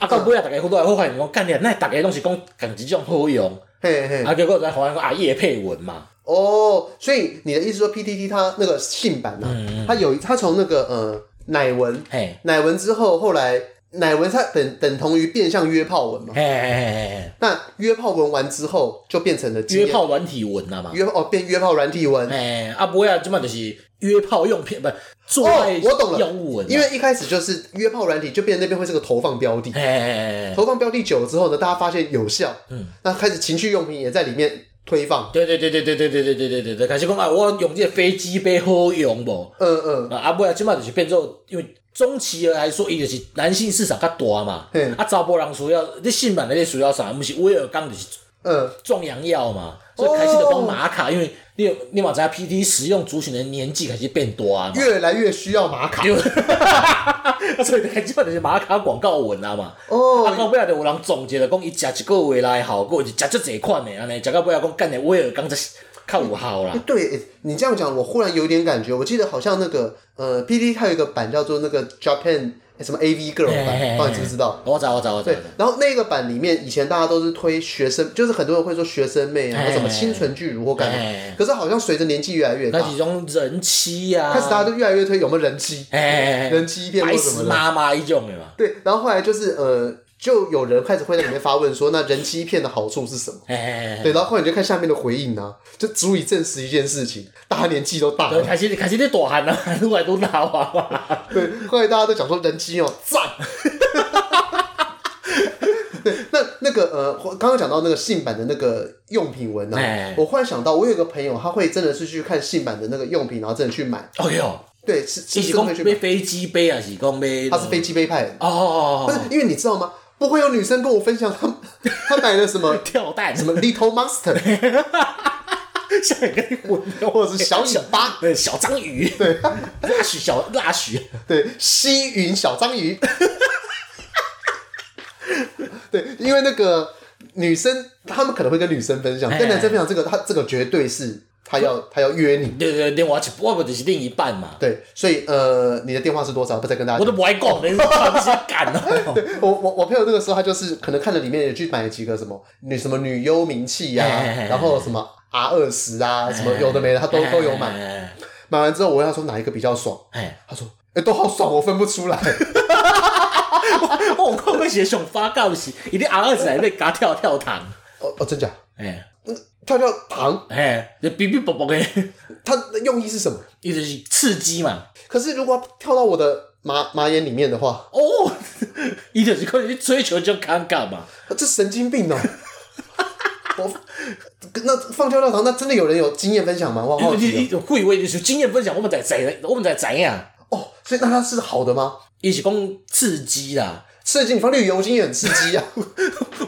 B: 啊，到尾啊，大家好多好发现讲，干你那大家拢是讲讲一种好用，
A: 嘿嘿。
B: 啊，结果在好像讲啊叶配文嘛，
A: 哦，所以你的意思说 PTT 它那个性版呢、啊，
B: 嗯
A: 它有它从那个呃奶文
B: 嘿，
A: 奶文之后，后来奶文它等等同于变相约炮文嘛。
B: 嘿嘿嘿嘿
A: 那约炮文完之后，就变成了
B: 嘿，
A: 经
B: 约
A: 验
B: 炮软体文啊嘛。
A: 约哦变约炮软体文，
B: 哎，啊，尾啊，即嘛就是约炮用品，不做
A: 哦
B: 爱
A: 我懂了
B: 用物文啊嘛，
A: 因为一开始就是约炮软体，就变成那边会是个投放标的。
B: 嘿嘿嘿嘿嘿
A: 投放标的久了之后呢，大家发现有效，嗯，那开始情趣用品也在里面推放，
B: 对对对对对对对对对对对对，开始讲啊，我用这个飞机杯好用无？
A: 嗯嗯，
B: 啊，啊，尾啊，即摆就是变做，因为中期来说，伊就是男性市场较大嘛
A: 嗯，
B: 啊，查甫人需要，你性版的你需要啥？毋是威尔刚就是
A: 嗯，
B: 壮阳药嘛，所以开始就
A: 哦
B: 讲玛卡，因为你有你嘛知影 PT 使用族群的年纪开始变大嘛，
A: 越来越需要玛卡，
B: 对 *laughs* 所以开始就是玛卡广告文啊嘛。啊，
A: 哦，
B: 到尾啊，就有人总结了，讲伊食一个月来的效果，是食足侪款的，安尼食到尾啊，讲干的威尔刚才较有效
A: *laughs*
B: 啦。
A: 哎对诶你这样讲，我忽然有点感觉，我记得好像那个呃，P D 它有一个版叫做那个 Japan 诶什么 A V Girl 版，不知道哦你知不知道？
B: 我知我知我知。我
A: 对
B: 知，
A: 然后那个版里面，以前大家都是推学生，就是很多人会说学生妹啊，
B: 哎
A: 或什么清纯巨乳或干
B: 哎
A: 嘛。可是好像随着年纪越来越大
B: 那，几种人妻啊，
A: 开始大家都越来越推有没有人妻、
B: 哎，
A: 人妻片
B: 白
A: 或
B: 死
A: 什么的。
B: 妈妈一种的嘛，
A: 对，然后后来就是呃，就有人开始会在里面发问说，那人妻片的好处是什么？
B: 哎，
A: 对，然后后来你就看下面的回应啊，就足以证实一件事情，大家年纪都大
B: 对，
A: 了。
B: 哎开始开始你大汉啊， *laughs* 愈来愈老啊嘛，
A: 对，后来大家都讲说人妻哦，
B: 赞，
A: 那那个呃，我刚刚讲到那个性版的那个用品文
B: 哎
A: 啊，我忽然想到，我有一个朋友，他会真的是去看性版的那个用品，然后真的去买，
B: 哎哟，
A: 对，是是
B: 伊
A: 真的
B: 是讲
A: 会去买
B: 买，飞机杯啊还是讲买？
A: 哦他是飞机杯派的，
B: 哦哦
A: 不
B: 哦
A: 是
B: 哦，
A: 因为你知道吗？不会有女生跟我分享她她买了什
B: *laughs*
A: 么
B: 跳蛋
A: 什么 Little Monster
B: 像一个混料
A: 或者是小尾巴，
B: 呃小章鱼， *laughs* 对，蜡许小蜡许，
A: 对，西云小章鱼，对，因为那个女生她们可能会跟女生分享，
B: 哎
A: 跟男生分享这个，他这个绝对是他要他要约你。
B: 对对，另外一我不就是另一半嘛，
A: 对，所以呃，你的电话是多少？不再跟大家
B: 我都
A: 讲。
B: 不爱讲，你直接干哦。
A: 我我我朋友那个时候，他就是可能看了里面也去买几个什么女什么女优名气呀、
B: 哎哎哎哎
A: 然后什么 R 二十啊，什么有的没的，他都都有买。
B: 哎，
A: 买完之后，我问他说哪一个比较爽，
B: 哎，
A: 他说：“哎、都好爽，我分不出来。
B: 哎哦我看过写上发告是，一定 R 二十来被加跳跳糖，”
A: 哦哦，真假？
B: 哎。
A: 跳跳糖，
B: 哎，就哔哔啵啵的，
A: 它的用意是什么？
B: 伊就是刺激嘛。
A: 可是如果跳到我的马马眼里面的话，
B: 哦，伊就是可能去追求这种尴尬嘛。
A: 这神经
B: *laughs*
A: 病哦、我那放跳跳糖，那真的有人有经验分享吗？我好
B: 伊伊
A: 奇、哦
B: 伊就会以为就是经验分享，我们才知，我们才知影。
A: 哦。哦，所以那它是好的吗？
B: 伊是啊讲刺激啦，
A: 刺激，你放绿油精也很刺激啊。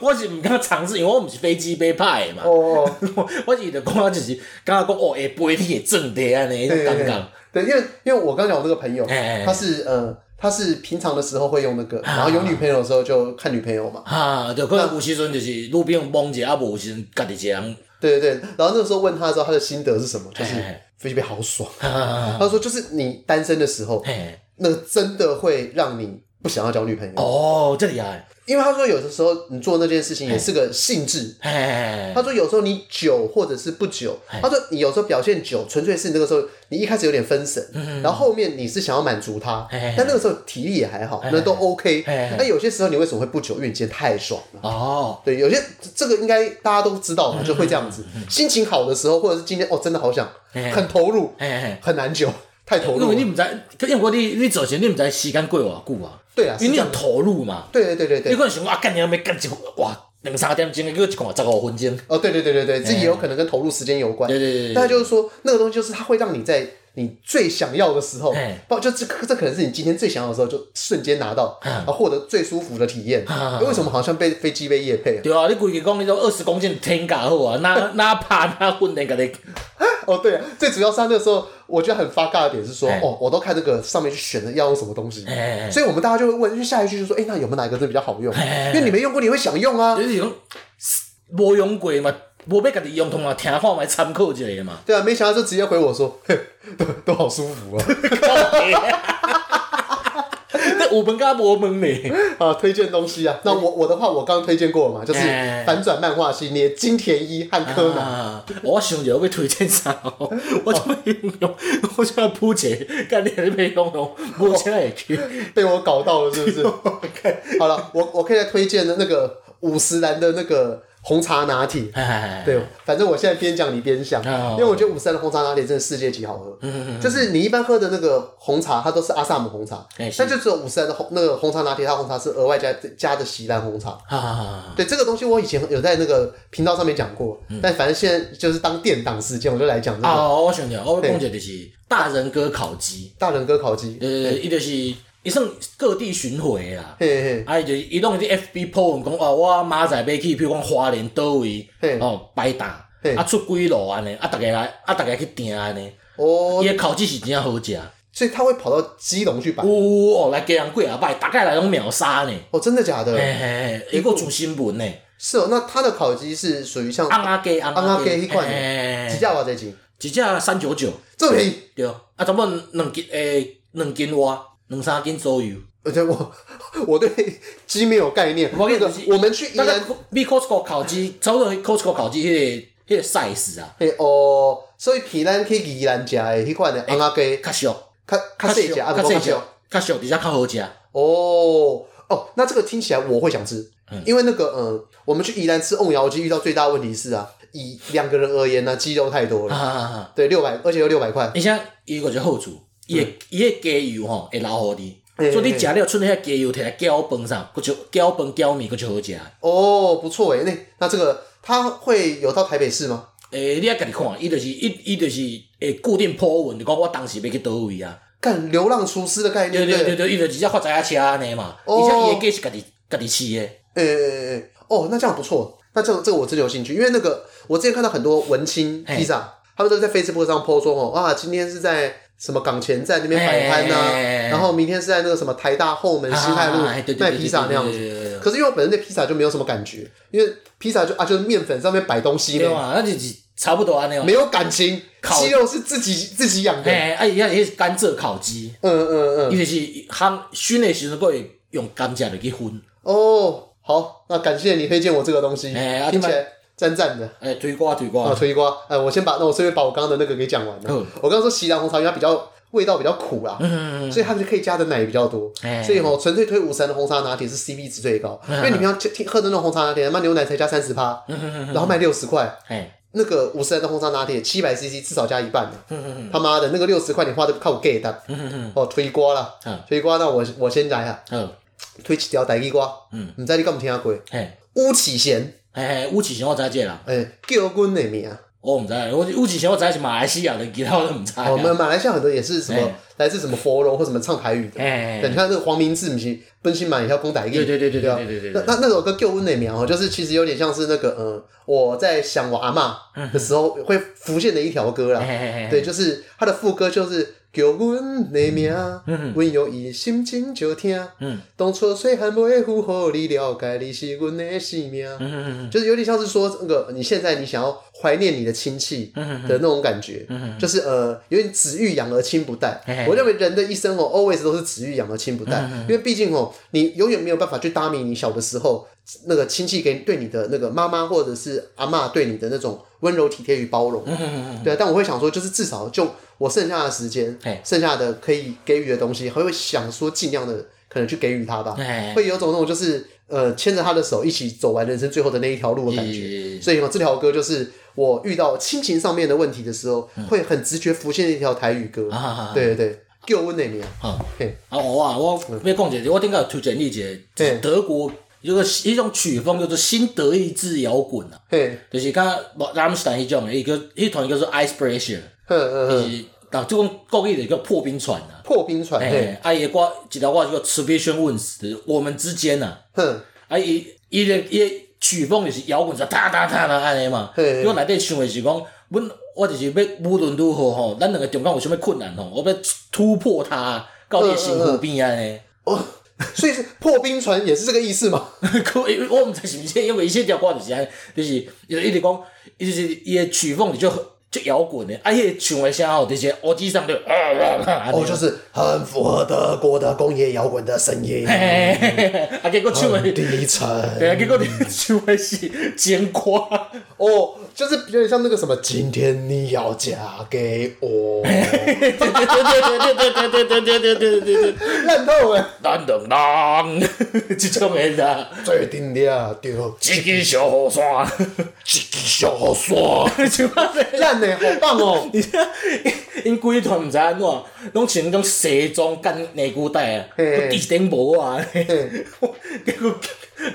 B: 我是毋敢尝试，因为我毋是飞机杯派的嘛。
A: 哦，
B: 我 *laughs* 我是就讲我就是感觉讲哦，会飞你会撞地安尼，迄
A: 对
B: 种
A: 对
B: 感
A: 对对，
B: 觉。，
A: 因为因为我刚讲我那个朋友
B: 哎哎啊哎，
A: 他是呃，他是平常的时候会用那个，然后有女朋友的时候就看女朋友嘛。
B: 哈，就可能有时阵就是路边蒙者，啊无有时阵家己一个人。
A: 对对对，然后那个时候问他的时候，他的心得是什么？就是
B: 哎哎哎
A: 飞机杯好爽。
B: 哈哈哈
A: 他说就是你单身的时候，
B: 嘿，
A: 那个真的会让你不想要交女朋友。
B: 哦，这厉害。
A: 因为他说有的时候你做那件事情也是个性质。
B: 哎，
A: 他说有时候你久或者是不久，他说你有时候表现久，纯粹是那个时候你一开始有点分神，然后后面你是想要满足他
B: 嗯嘿嘿，
A: 但那个时候体力也还好，那都 OK
B: 嘿嘿。
A: 但有些时候你为什么会不久？因为你今天太爽了。
B: 哦，
A: 对，有些这个应该大家都知道嘛，就会这样
B: 嗯
A: 子。心情好的时候，或者是今天哦，真的好想
B: 嘿嘿
A: 很投入，
B: 嘿嘿，
A: 很难久，太投
B: 因
A: 入
B: 为你
A: 了。
B: 毋知，因为你你做时你毋知时间过偌久啊，
A: 对啊，是
B: 因为
A: 这样
B: 你有投入嘛，
A: 对对对对
B: 你
A: 对，
B: 可能想讲啊，干你要干一哇两三点钟，结果一看十五分钟，
A: 哦，对对对对对，这也有可能跟投入时间有关。
B: 哎对对对对
A: 但就是说，那个东西就是它会让你在你最想要的时候
B: 哎，
A: 不就这这可能是你今天最想要的时候，就瞬间拿到，
B: 嗯
A: 然后获得最舒服的体验
B: 啊。
A: 为什么好像被飞机被夜配啊？
B: 对啊，你规日讲你都二十公斤天价好啊，哪哪怕哪训练甲你，
A: 哦，对啊，最主要是他那时候我觉得很发尬的点是说
B: 哎，
A: 哦，我都看这个上面去选的要用什么东西
B: 哎，哎，哎
A: 所以我们大家就会问，因为下一句就说，哎，那有没有哪一个真的比较好用
B: 哎哎哎？
A: 因为你没用过，你会想用啊。
B: 就是讲无用过嘛，无要家己用，通常听看卖参考一下嘛。
A: 对啊，没想到就直接回我说， *laughs* 嘿都都好舒服啊。
B: 那有问甲无问呢？
A: 啊，推荐东西啊。那我我的话，我刚刚推荐过了嘛，就是
B: 哎
A: 反转漫画系列《金田一》和《柯南》
B: 啊！我想着我要推荐啥，哦我就要用，我就要铺解，干你你要用用，无钱会去。
A: 被我搞到了，是不
B: *laughs*
A: 是？好了，我我可以再推荐的那个五十岚的那个红茶拿铁。
B: 哎，
A: 对，反正我现在边讲你边想
B: 哦，嗯
A: 因为我觉得五十岚的红茶拿铁真的世界级好喝。就是你一般喝的那个红茶，它都是阿萨姆红茶
B: 哎，是
A: 但就只有五十岚的红那个红茶拿铁，它红茶是额外加加的席兰红茶。
B: 啊，
A: 对这个东西，我以前有在那个频道上面讲过，但反正现在就是当垫档时间，我就来讲这个
B: 嗯啊，我想着我要讲者就是大人哥烤鸡，
A: 大人哥烤鸡。
B: 呃，伊就是伊算各地巡回啦。
A: 嘿嘿，
B: 啊，伊就是伊拢伫 FB 铺文讲哦，我明仔载要去，比如讲花莲倒位
A: 嘿，
B: 哦，摆搭
A: 嘿，
B: 啊出几路安尼，啊逐个来，啊逐个去订安尼，
A: 哦
B: 伊，的烤鸡是真好食，有
A: 所以他会跑到基隆去摆，
B: 哦来加人几啊摆，逐个来拢秒杀呢，
A: 哦，真的假的？
B: 嘿嘿，嘿，伊个做新闻呢，
A: 是哦，那他的烤鸡是属于像
B: 红阿鸡，红阿
A: 红
B: 鸡，
A: 仔鸡那款的
B: 嘿
A: 几，价瓦这斤？
B: 一只三九九，
A: 这么便宜？
B: 对，啊差不多两斤诶，两斤外，两三斤左右，
A: 而且我我对鸡没有概念。
B: 我
A: 那
B: 跟你
A: 个
B: 讲是
A: 我们去宜
B: 大概
A: 兰，
B: 比 Costco 烤鸡，差不多 Costco 烤鸡迄个迄个 size 啊，
A: 嘿哦，所以皮咱去宜兰食的迄款的红阿鸡，
B: 较俗。
A: 较较细只，啊，不过较
B: 小
A: 小。，
B: 较小，比较较好食。
A: 哦哦，那这个听起来我会想吃，因为那个嗯，我们去宜兰吃瓮窑鸡遇到最大问题是啊，以两个人而言呢，鸡肉太多了，
B: 啊，
A: 对，六百，而且有六百块。
B: 而且伊有一个好处，伊的伊的鸡油吼会留互你，
A: 嘿
B: 所以
A: 嘿
B: 你食了剩遐鸡油摕来搅饭上，佫就搅饭搅面佫就好食。
A: 哦，不错哎，那那这个它会有到台北市吗？
B: 诶，你爱家己看，伊就是伊伊就是会固定铺文，就讲我当时要去倒位啊。
A: 干流浪厨师的概念，
B: 对对对
A: 对，
B: 对，伊就直接发财啊车安尼嘛，
A: 哦
B: 而且伊的鸡是家己家己饲的。
A: 呃、哦，那这样不错，那这个这个我真的有兴趣，因为那个我之前看到很多文青
B: 嘿
A: 披萨，他们都在 Facebook 上 po 说哦啊，今天是在什么港前站那边摆摊呐、
B: 嘿嘿嘿嘿
A: 然后明天是在那个什么台大后门西泰路
B: 啊对对对
A: 卖披萨那样
B: 对对
A: 子。
B: 对对对
A: 可是因为我本身对披萨就没有什么感觉，因为披萨就啊就是面粉上面摆东西
B: 对啊
A: 嘛，
B: 嘛，那就是差不多安尼嘛
A: 没。有感情，
B: 烤
A: 鸡肉是自己自己养的，嗯
B: 诶，啊伊遐迄甘蔗烤鸡，
A: 嗯嗯
B: 伊就是烘熏的时阵，佫会用甘蔗落去熏。
A: 哦，好，那感谢你推荐我这个东西，
B: 哎啊
A: 听起
B: 另
A: 来赞赞的。
B: 哎，推瓜推
A: 啊，
B: 瓜，
A: 吹瓜，哎，我先把那我顺便把我刚刚的那个给讲完了。
B: 嗯
A: 我刚刚说西兰红茶，因为它比较味道比较苦啦，
B: 嗯，
A: 所以它就可以加的奶比较多。
B: 哎嗯
A: 所以哦，纯粹推五三的红茶拿铁是 CP 值最高，因为你平常听喝的那种红茶拿铁，他妈牛奶才加三十趴，
B: 嗯
A: 然后卖六十块。
B: 哎，
A: 那个五十的红茶拿铁，七百 CC 至少加一半的，
B: 嗯
A: 他妈的那个六十块你花的靠 gay 的，哦推瓜啦
B: 嗯，
A: 推瓜那我我先来啊，
B: 好，
A: 推一条大地瓜，
B: 嗯，
A: 唔知你敢有听过？
B: 嘿，
A: 乌启贤，
B: 嘿，吴启贤我知这啦，
A: 哎，叫阮的名。
B: 我毋知，我吴启贤我知是马来西亚人，其他我都毋知。
A: 哦，我们马来西亚很多也是什么
B: 哎
A: 来自什么佛罗或什么唱台语的。
B: 哎
A: 对，你，看那个黄明志，不是奔新满也要攻打一个。
B: 对对对对
A: 啊
B: 对对对对
A: 那
B: 对
A: 那那首歌《救温的苗》哦，就是其实有点像是那个呃，我在想我阿嬷的时候会浮现的一条歌啦。
B: 哎，
A: 对，就是它的副歌就是叫阮的名，
B: 嗯
A: 阮用伊心情照听。当初细汉袂符合你了解，你是阮的性命。
B: 嗯
A: 就是有点像是说，那个你现在你想要怀念你的亲戚
B: 嗯
A: 的那种感觉，就是呃，有点子欲养而亲不待
B: 嘿嘿。嗯
A: 我认为人的一生哦，always 都是子欲养而亲不待，因为毕竟哦，你永远没有办法去搭理你小的时候那个亲戚给对你的那个妈妈或者是阿嬷对你的那种温柔体贴与包
B: 嗯
A: 容。对啊，但我会想说，就是至少就我剩下的时间
B: 嘿，
A: 剩下的可以给予的东西，还会想说尽量的可能去给予他吧，
B: 哎，
A: 会有种那种就是呃牵着他的手一起走完人生最后的那一条路的感觉。
B: 咦
A: 所以嘛，这条歌就是我遇到亲情上面的问题的时候，会很直觉浮现的一条台语歌。
B: 嗯啊
A: 对对对，救温那名，
B: 好，
A: 嘿，
B: 啊，我啊，我要讲一个，我顶下有推荐你一个
A: 嘿
B: 德国有个迄种曲风叫做新德意志摇滚啊，
A: 嘿，
B: 就是甲拉姆斯坦迄种的，伊叫迄团叫做 Icebreaker，
A: 嗯嗯
B: 就
A: 嗯，
B: 是，啊，即讲国语就叫破冰船啊。
A: 破冰船，嘿，
B: 哎，啊伊的歌一条歌叫做 Tribulation Winds，我们之间呐、啊。
A: 哼， *laughs*
B: 啊，伊伊的伊的曲风就是摇滚，就哒哒哒哒安尼嘛。
A: 嘿嘿
B: 我内底想的是讲，阮我就是要无论如何吼，咱两个中间有啥物困难吼，我要突破它，到你的身躯边安尼。
A: 哦，所以是破冰船也是这个意思嘛？
B: 可因为我毋知是毋是，因为伊迄条歌就是安尼，就是伊就一直讲，伊就是伊的曲风就很就摇滚的，啊，迄个唱的声吼，就是耳机上就啊啊啊啊，
A: 哦，就是很符合德国的工业摇滚的声音，
B: 嘿嘿嘿嘿啊，结果唱
A: 很
B: 的，
A: 低沉。
B: 对啊，结果你唱的是真歌。
A: 哦，就是有点像那个什么，今天你要嫁给我，
B: 对对对对对对对对对对对对对，
A: 烂透了，
B: 咱两人即种诶啦，
A: 最顶了丢
B: 一支小雨伞，
A: 小说，
B: 像安尼。
A: 烂呢，好棒哦！
B: 你知影因规团毋知安怎，拢穿迄种西装干内裤带啊，
A: 嘿
B: 都地顶帽啊，
A: 嘿
B: 结果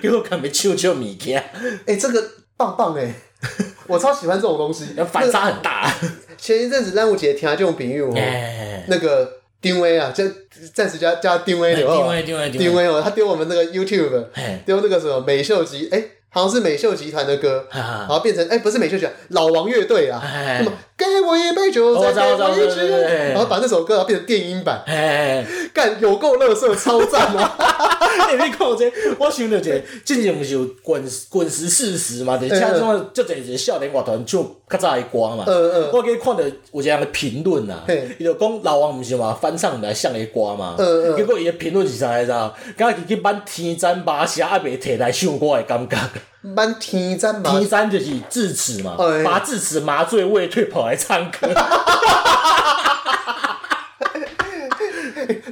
B: 结果干咪抢抢物件，
A: 哎、这个棒棒哎、我超喜欢这种东
B: *laughs*
A: 西。
B: 反差很大。
A: 那前一阵子烂物姐听到这种比喻哦，
B: 哎，
A: 那个丁威啊，就暂时加加丁威流
B: 定位定位
A: 丁
B: 定位，
A: 威哦，他丢我们那个 YouTube，
B: 嘿
A: 丢那个什么美秀集，哎、好像是美秀集团的歌，然
B: 哈，
A: 后变成哎、不是美秀集团，老王乐队啊，
B: 哎
A: 那么给我一杯酒，
B: 哦我
A: 再
B: 知道
A: 给我一
B: 我知道对对对
A: 支，然后把那首歌然后变成电音版，
B: 哎。
A: 干有够乐色，超赞啊！
B: 欸、 *laughs* 你讲这我想到一个，之前毋是有滚滚石事实嘛，
A: 呃
B: 就是像这种足侪一个少年乐团唱较早的歌嘛。
A: 嗯嗯
B: 我记看到有一个人的评论啊
A: 嘿，
B: 伊就讲老王毋是嘛翻唱来像的歌嘛。
A: 嗯嗯
B: 结果伊的评论是啥知道？敢若去去挽天山麻蛇还袂摕来唱歌
A: *laughs*
B: 的感
A: 啊
B: 觉。
A: 蛮天真嘛
B: 天，山就是智齿嘛
A: 哎，
B: 拔智齿麻醉未退跑来
A: *laughs*
B: 唱歌。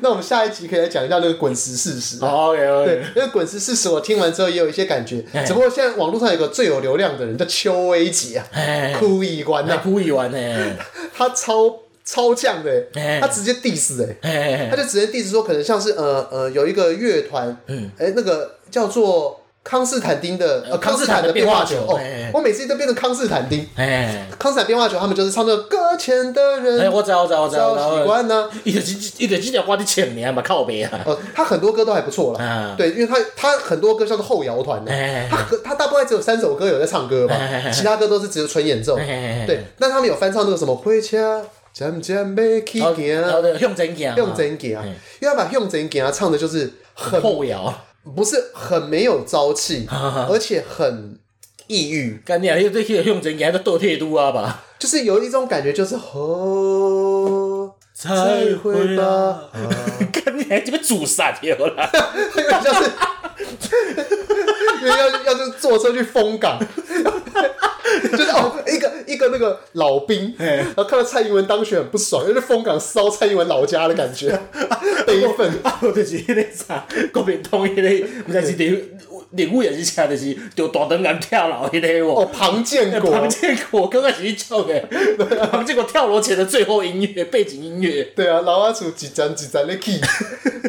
A: 那我们下一集可以来讲一下那个滚石事实。
B: 好，OK
A: 对
B: OK。，
A: 那个滚石事实我听完之后也有一些感觉
B: 嘿，
A: 只不过现在网络上有个最有流量的人叫邱威杰啊，
B: 哎，
A: 酷一官
B: 来
A: 呐，
B: 故意玩呢。
A: 他超超犟的欸，
B: 嘿
A: 他直接 diss 哎，
B: 哎
A: 他，就直接地址说，可能像是呃呃，有一个乐团，嗯，哎，那个叫做康斯坦丁的呃
B: 呃
A: 康斯坦的变化球哦
B: 康斯坦的变化球哎哎哎，
A: 我每次都变成康斯坦丁， *laughs*
B: 哎，
A: 康斯坦变化球，他们就是唱那个搁浅的
B: 哎，
A: 人
B: 我知道我知道我知道我知道
A: 超。习惯呢。
B: 伊就是伊就是条我伫唱尔嘛，靠背啊。
A: 呃，他很多歌都还不错啦
B: 啊，
A: 对，因为他他很多歌像是后摇团的
B: 哎哎哎，
A: 他和他大概只有三首歌有在唱歌吧
B: 哎哎哎，哎哎
A: 其他歌都是只有纯演奏。对，那他们有翻唱那个什么《回家》，渐渐要去
B: 然后，
A: 行
B: 然，后就向前行嘛，
A: 向前行，
B: 哦
A: 啊
B: 哎
A: 因为他把向前行唱的就是很
B: 后摇。
A: 不是很没有朝气，
B: *laughs* 哈哈
A: 而且很抑郁，
B: 干你啊！迄个迄个向前行，都倒退路啊吧？
A: 就是有一种感觉，就是哦，再会吧，，
B: *laughs* 干你还这边自杀掉啦！
A: *laughs* 因为像是，因为要要就是坐车去风港。 *laughs* 就是哦，一个一个那个老兵，然后看到蔡英文当选很不爽，因为风港烧蔡英文老家的感觉，悲愤。
B: 啊，我 *laughs* 就是迄个啥，国民党迄个，毋知是立立委还是啥，就是着大灯杆跳楼迄个
A: 哦，
B: 哦。
A: 庞建国，
B: 庞建国刚开始去唱诶，庞建国跳楼前的最后音乐背景音乐，
A: 对啊，老阿厝一层一层咧起，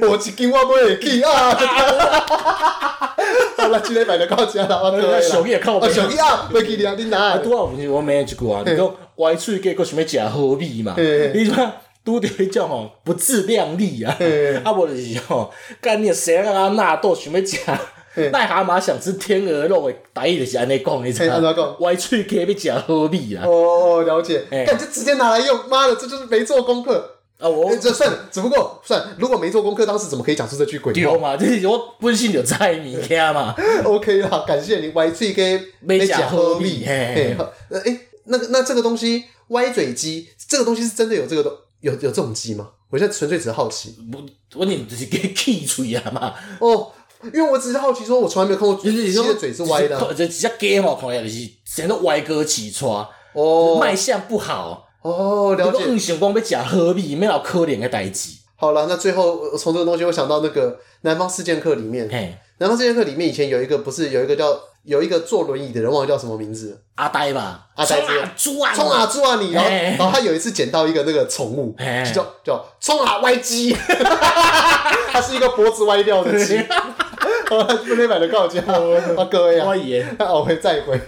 A: 无一斤我买会起啊！ *laughs* 好啦，今天买就到这啦，我倒来啦。
B: 上夜靠
A: 哦，
B: 背。
A: 上去啊，袂记你啊，你哪
B: 啊，
A: 啊？
B: 拄仔有时我骂一句啊，你讲歪喙计佫想要食好米嘛？
A: 嘿嘿
B: 你看拄着迄种吼不自量力啊
A: 嘿嘿，
B: 啊无就是吼，干你谁啊纳豆想要食
A: 嘿
B: 癞蛤蟆想吃天鹅肉的，台语就是安尼讲，你知
A: 嘿安
B: 道
A: 怎讲？
B: 歪喙计要食好米啊
A: 哦，哦了解。
B: 哎
A: 干就直接拿来用，妈的，这就是没做功课。
B: 啊，我
A: 哎这算了，只不过算了如果没做功课，当时怎么可以讲出这句鬼
B: 对哦
A: 话
B: 嘛，就是我本身就知道物件嘛。
A: *laughs* ？OK 啦，感谢你歪嘴给
B: 没吃
A: 假
B: 喝
A: 喝
B: 米嘿
A: 嘿，好呃哎，那个那这个东西歪嘴鸡，这个东西是真的有这个东有有这种鸡吗？我现在纯粹只是好奇
B: 我我念就是给气嘴啊嘛，
A: 哦，因为我只是好奇，说我从来没有看过
B: 就
A: 鸡
B: 是说
A: 的嘴是歪的啊
B: 就就只鸡嘛，看起来就是整个歪哥起床，
A: 哦
B: 卖相不好。
A: 哦，
B: 你嗯
A: 了
B: 讲
A: 解
B: 硬。想讲要食好米，没有可能的代志。
A: 好了，那最后呃从这个东西，我想到那个《南方四剑客》里面，《
B: 嘿，
A: 南方四剑客》里面以前有一个不是有一个叫有一个坐轮椅的人，忘了叫什么名字了，
B: 阿呆吧，
A: 阿呆
B: 冲啊猪啊，
A: 冲啊！猪啊你，然后
B: 嘿
A: 然后他有一次捡到一个那个宠物
B: 嘿，
A: 就叫叫冲啊歪鸡， *laughs* 它是一个脖子歪 *laughs* 掉的鸡，然后他就被买的告家，啊各位啊
B: 我，也
A: 那我会再会。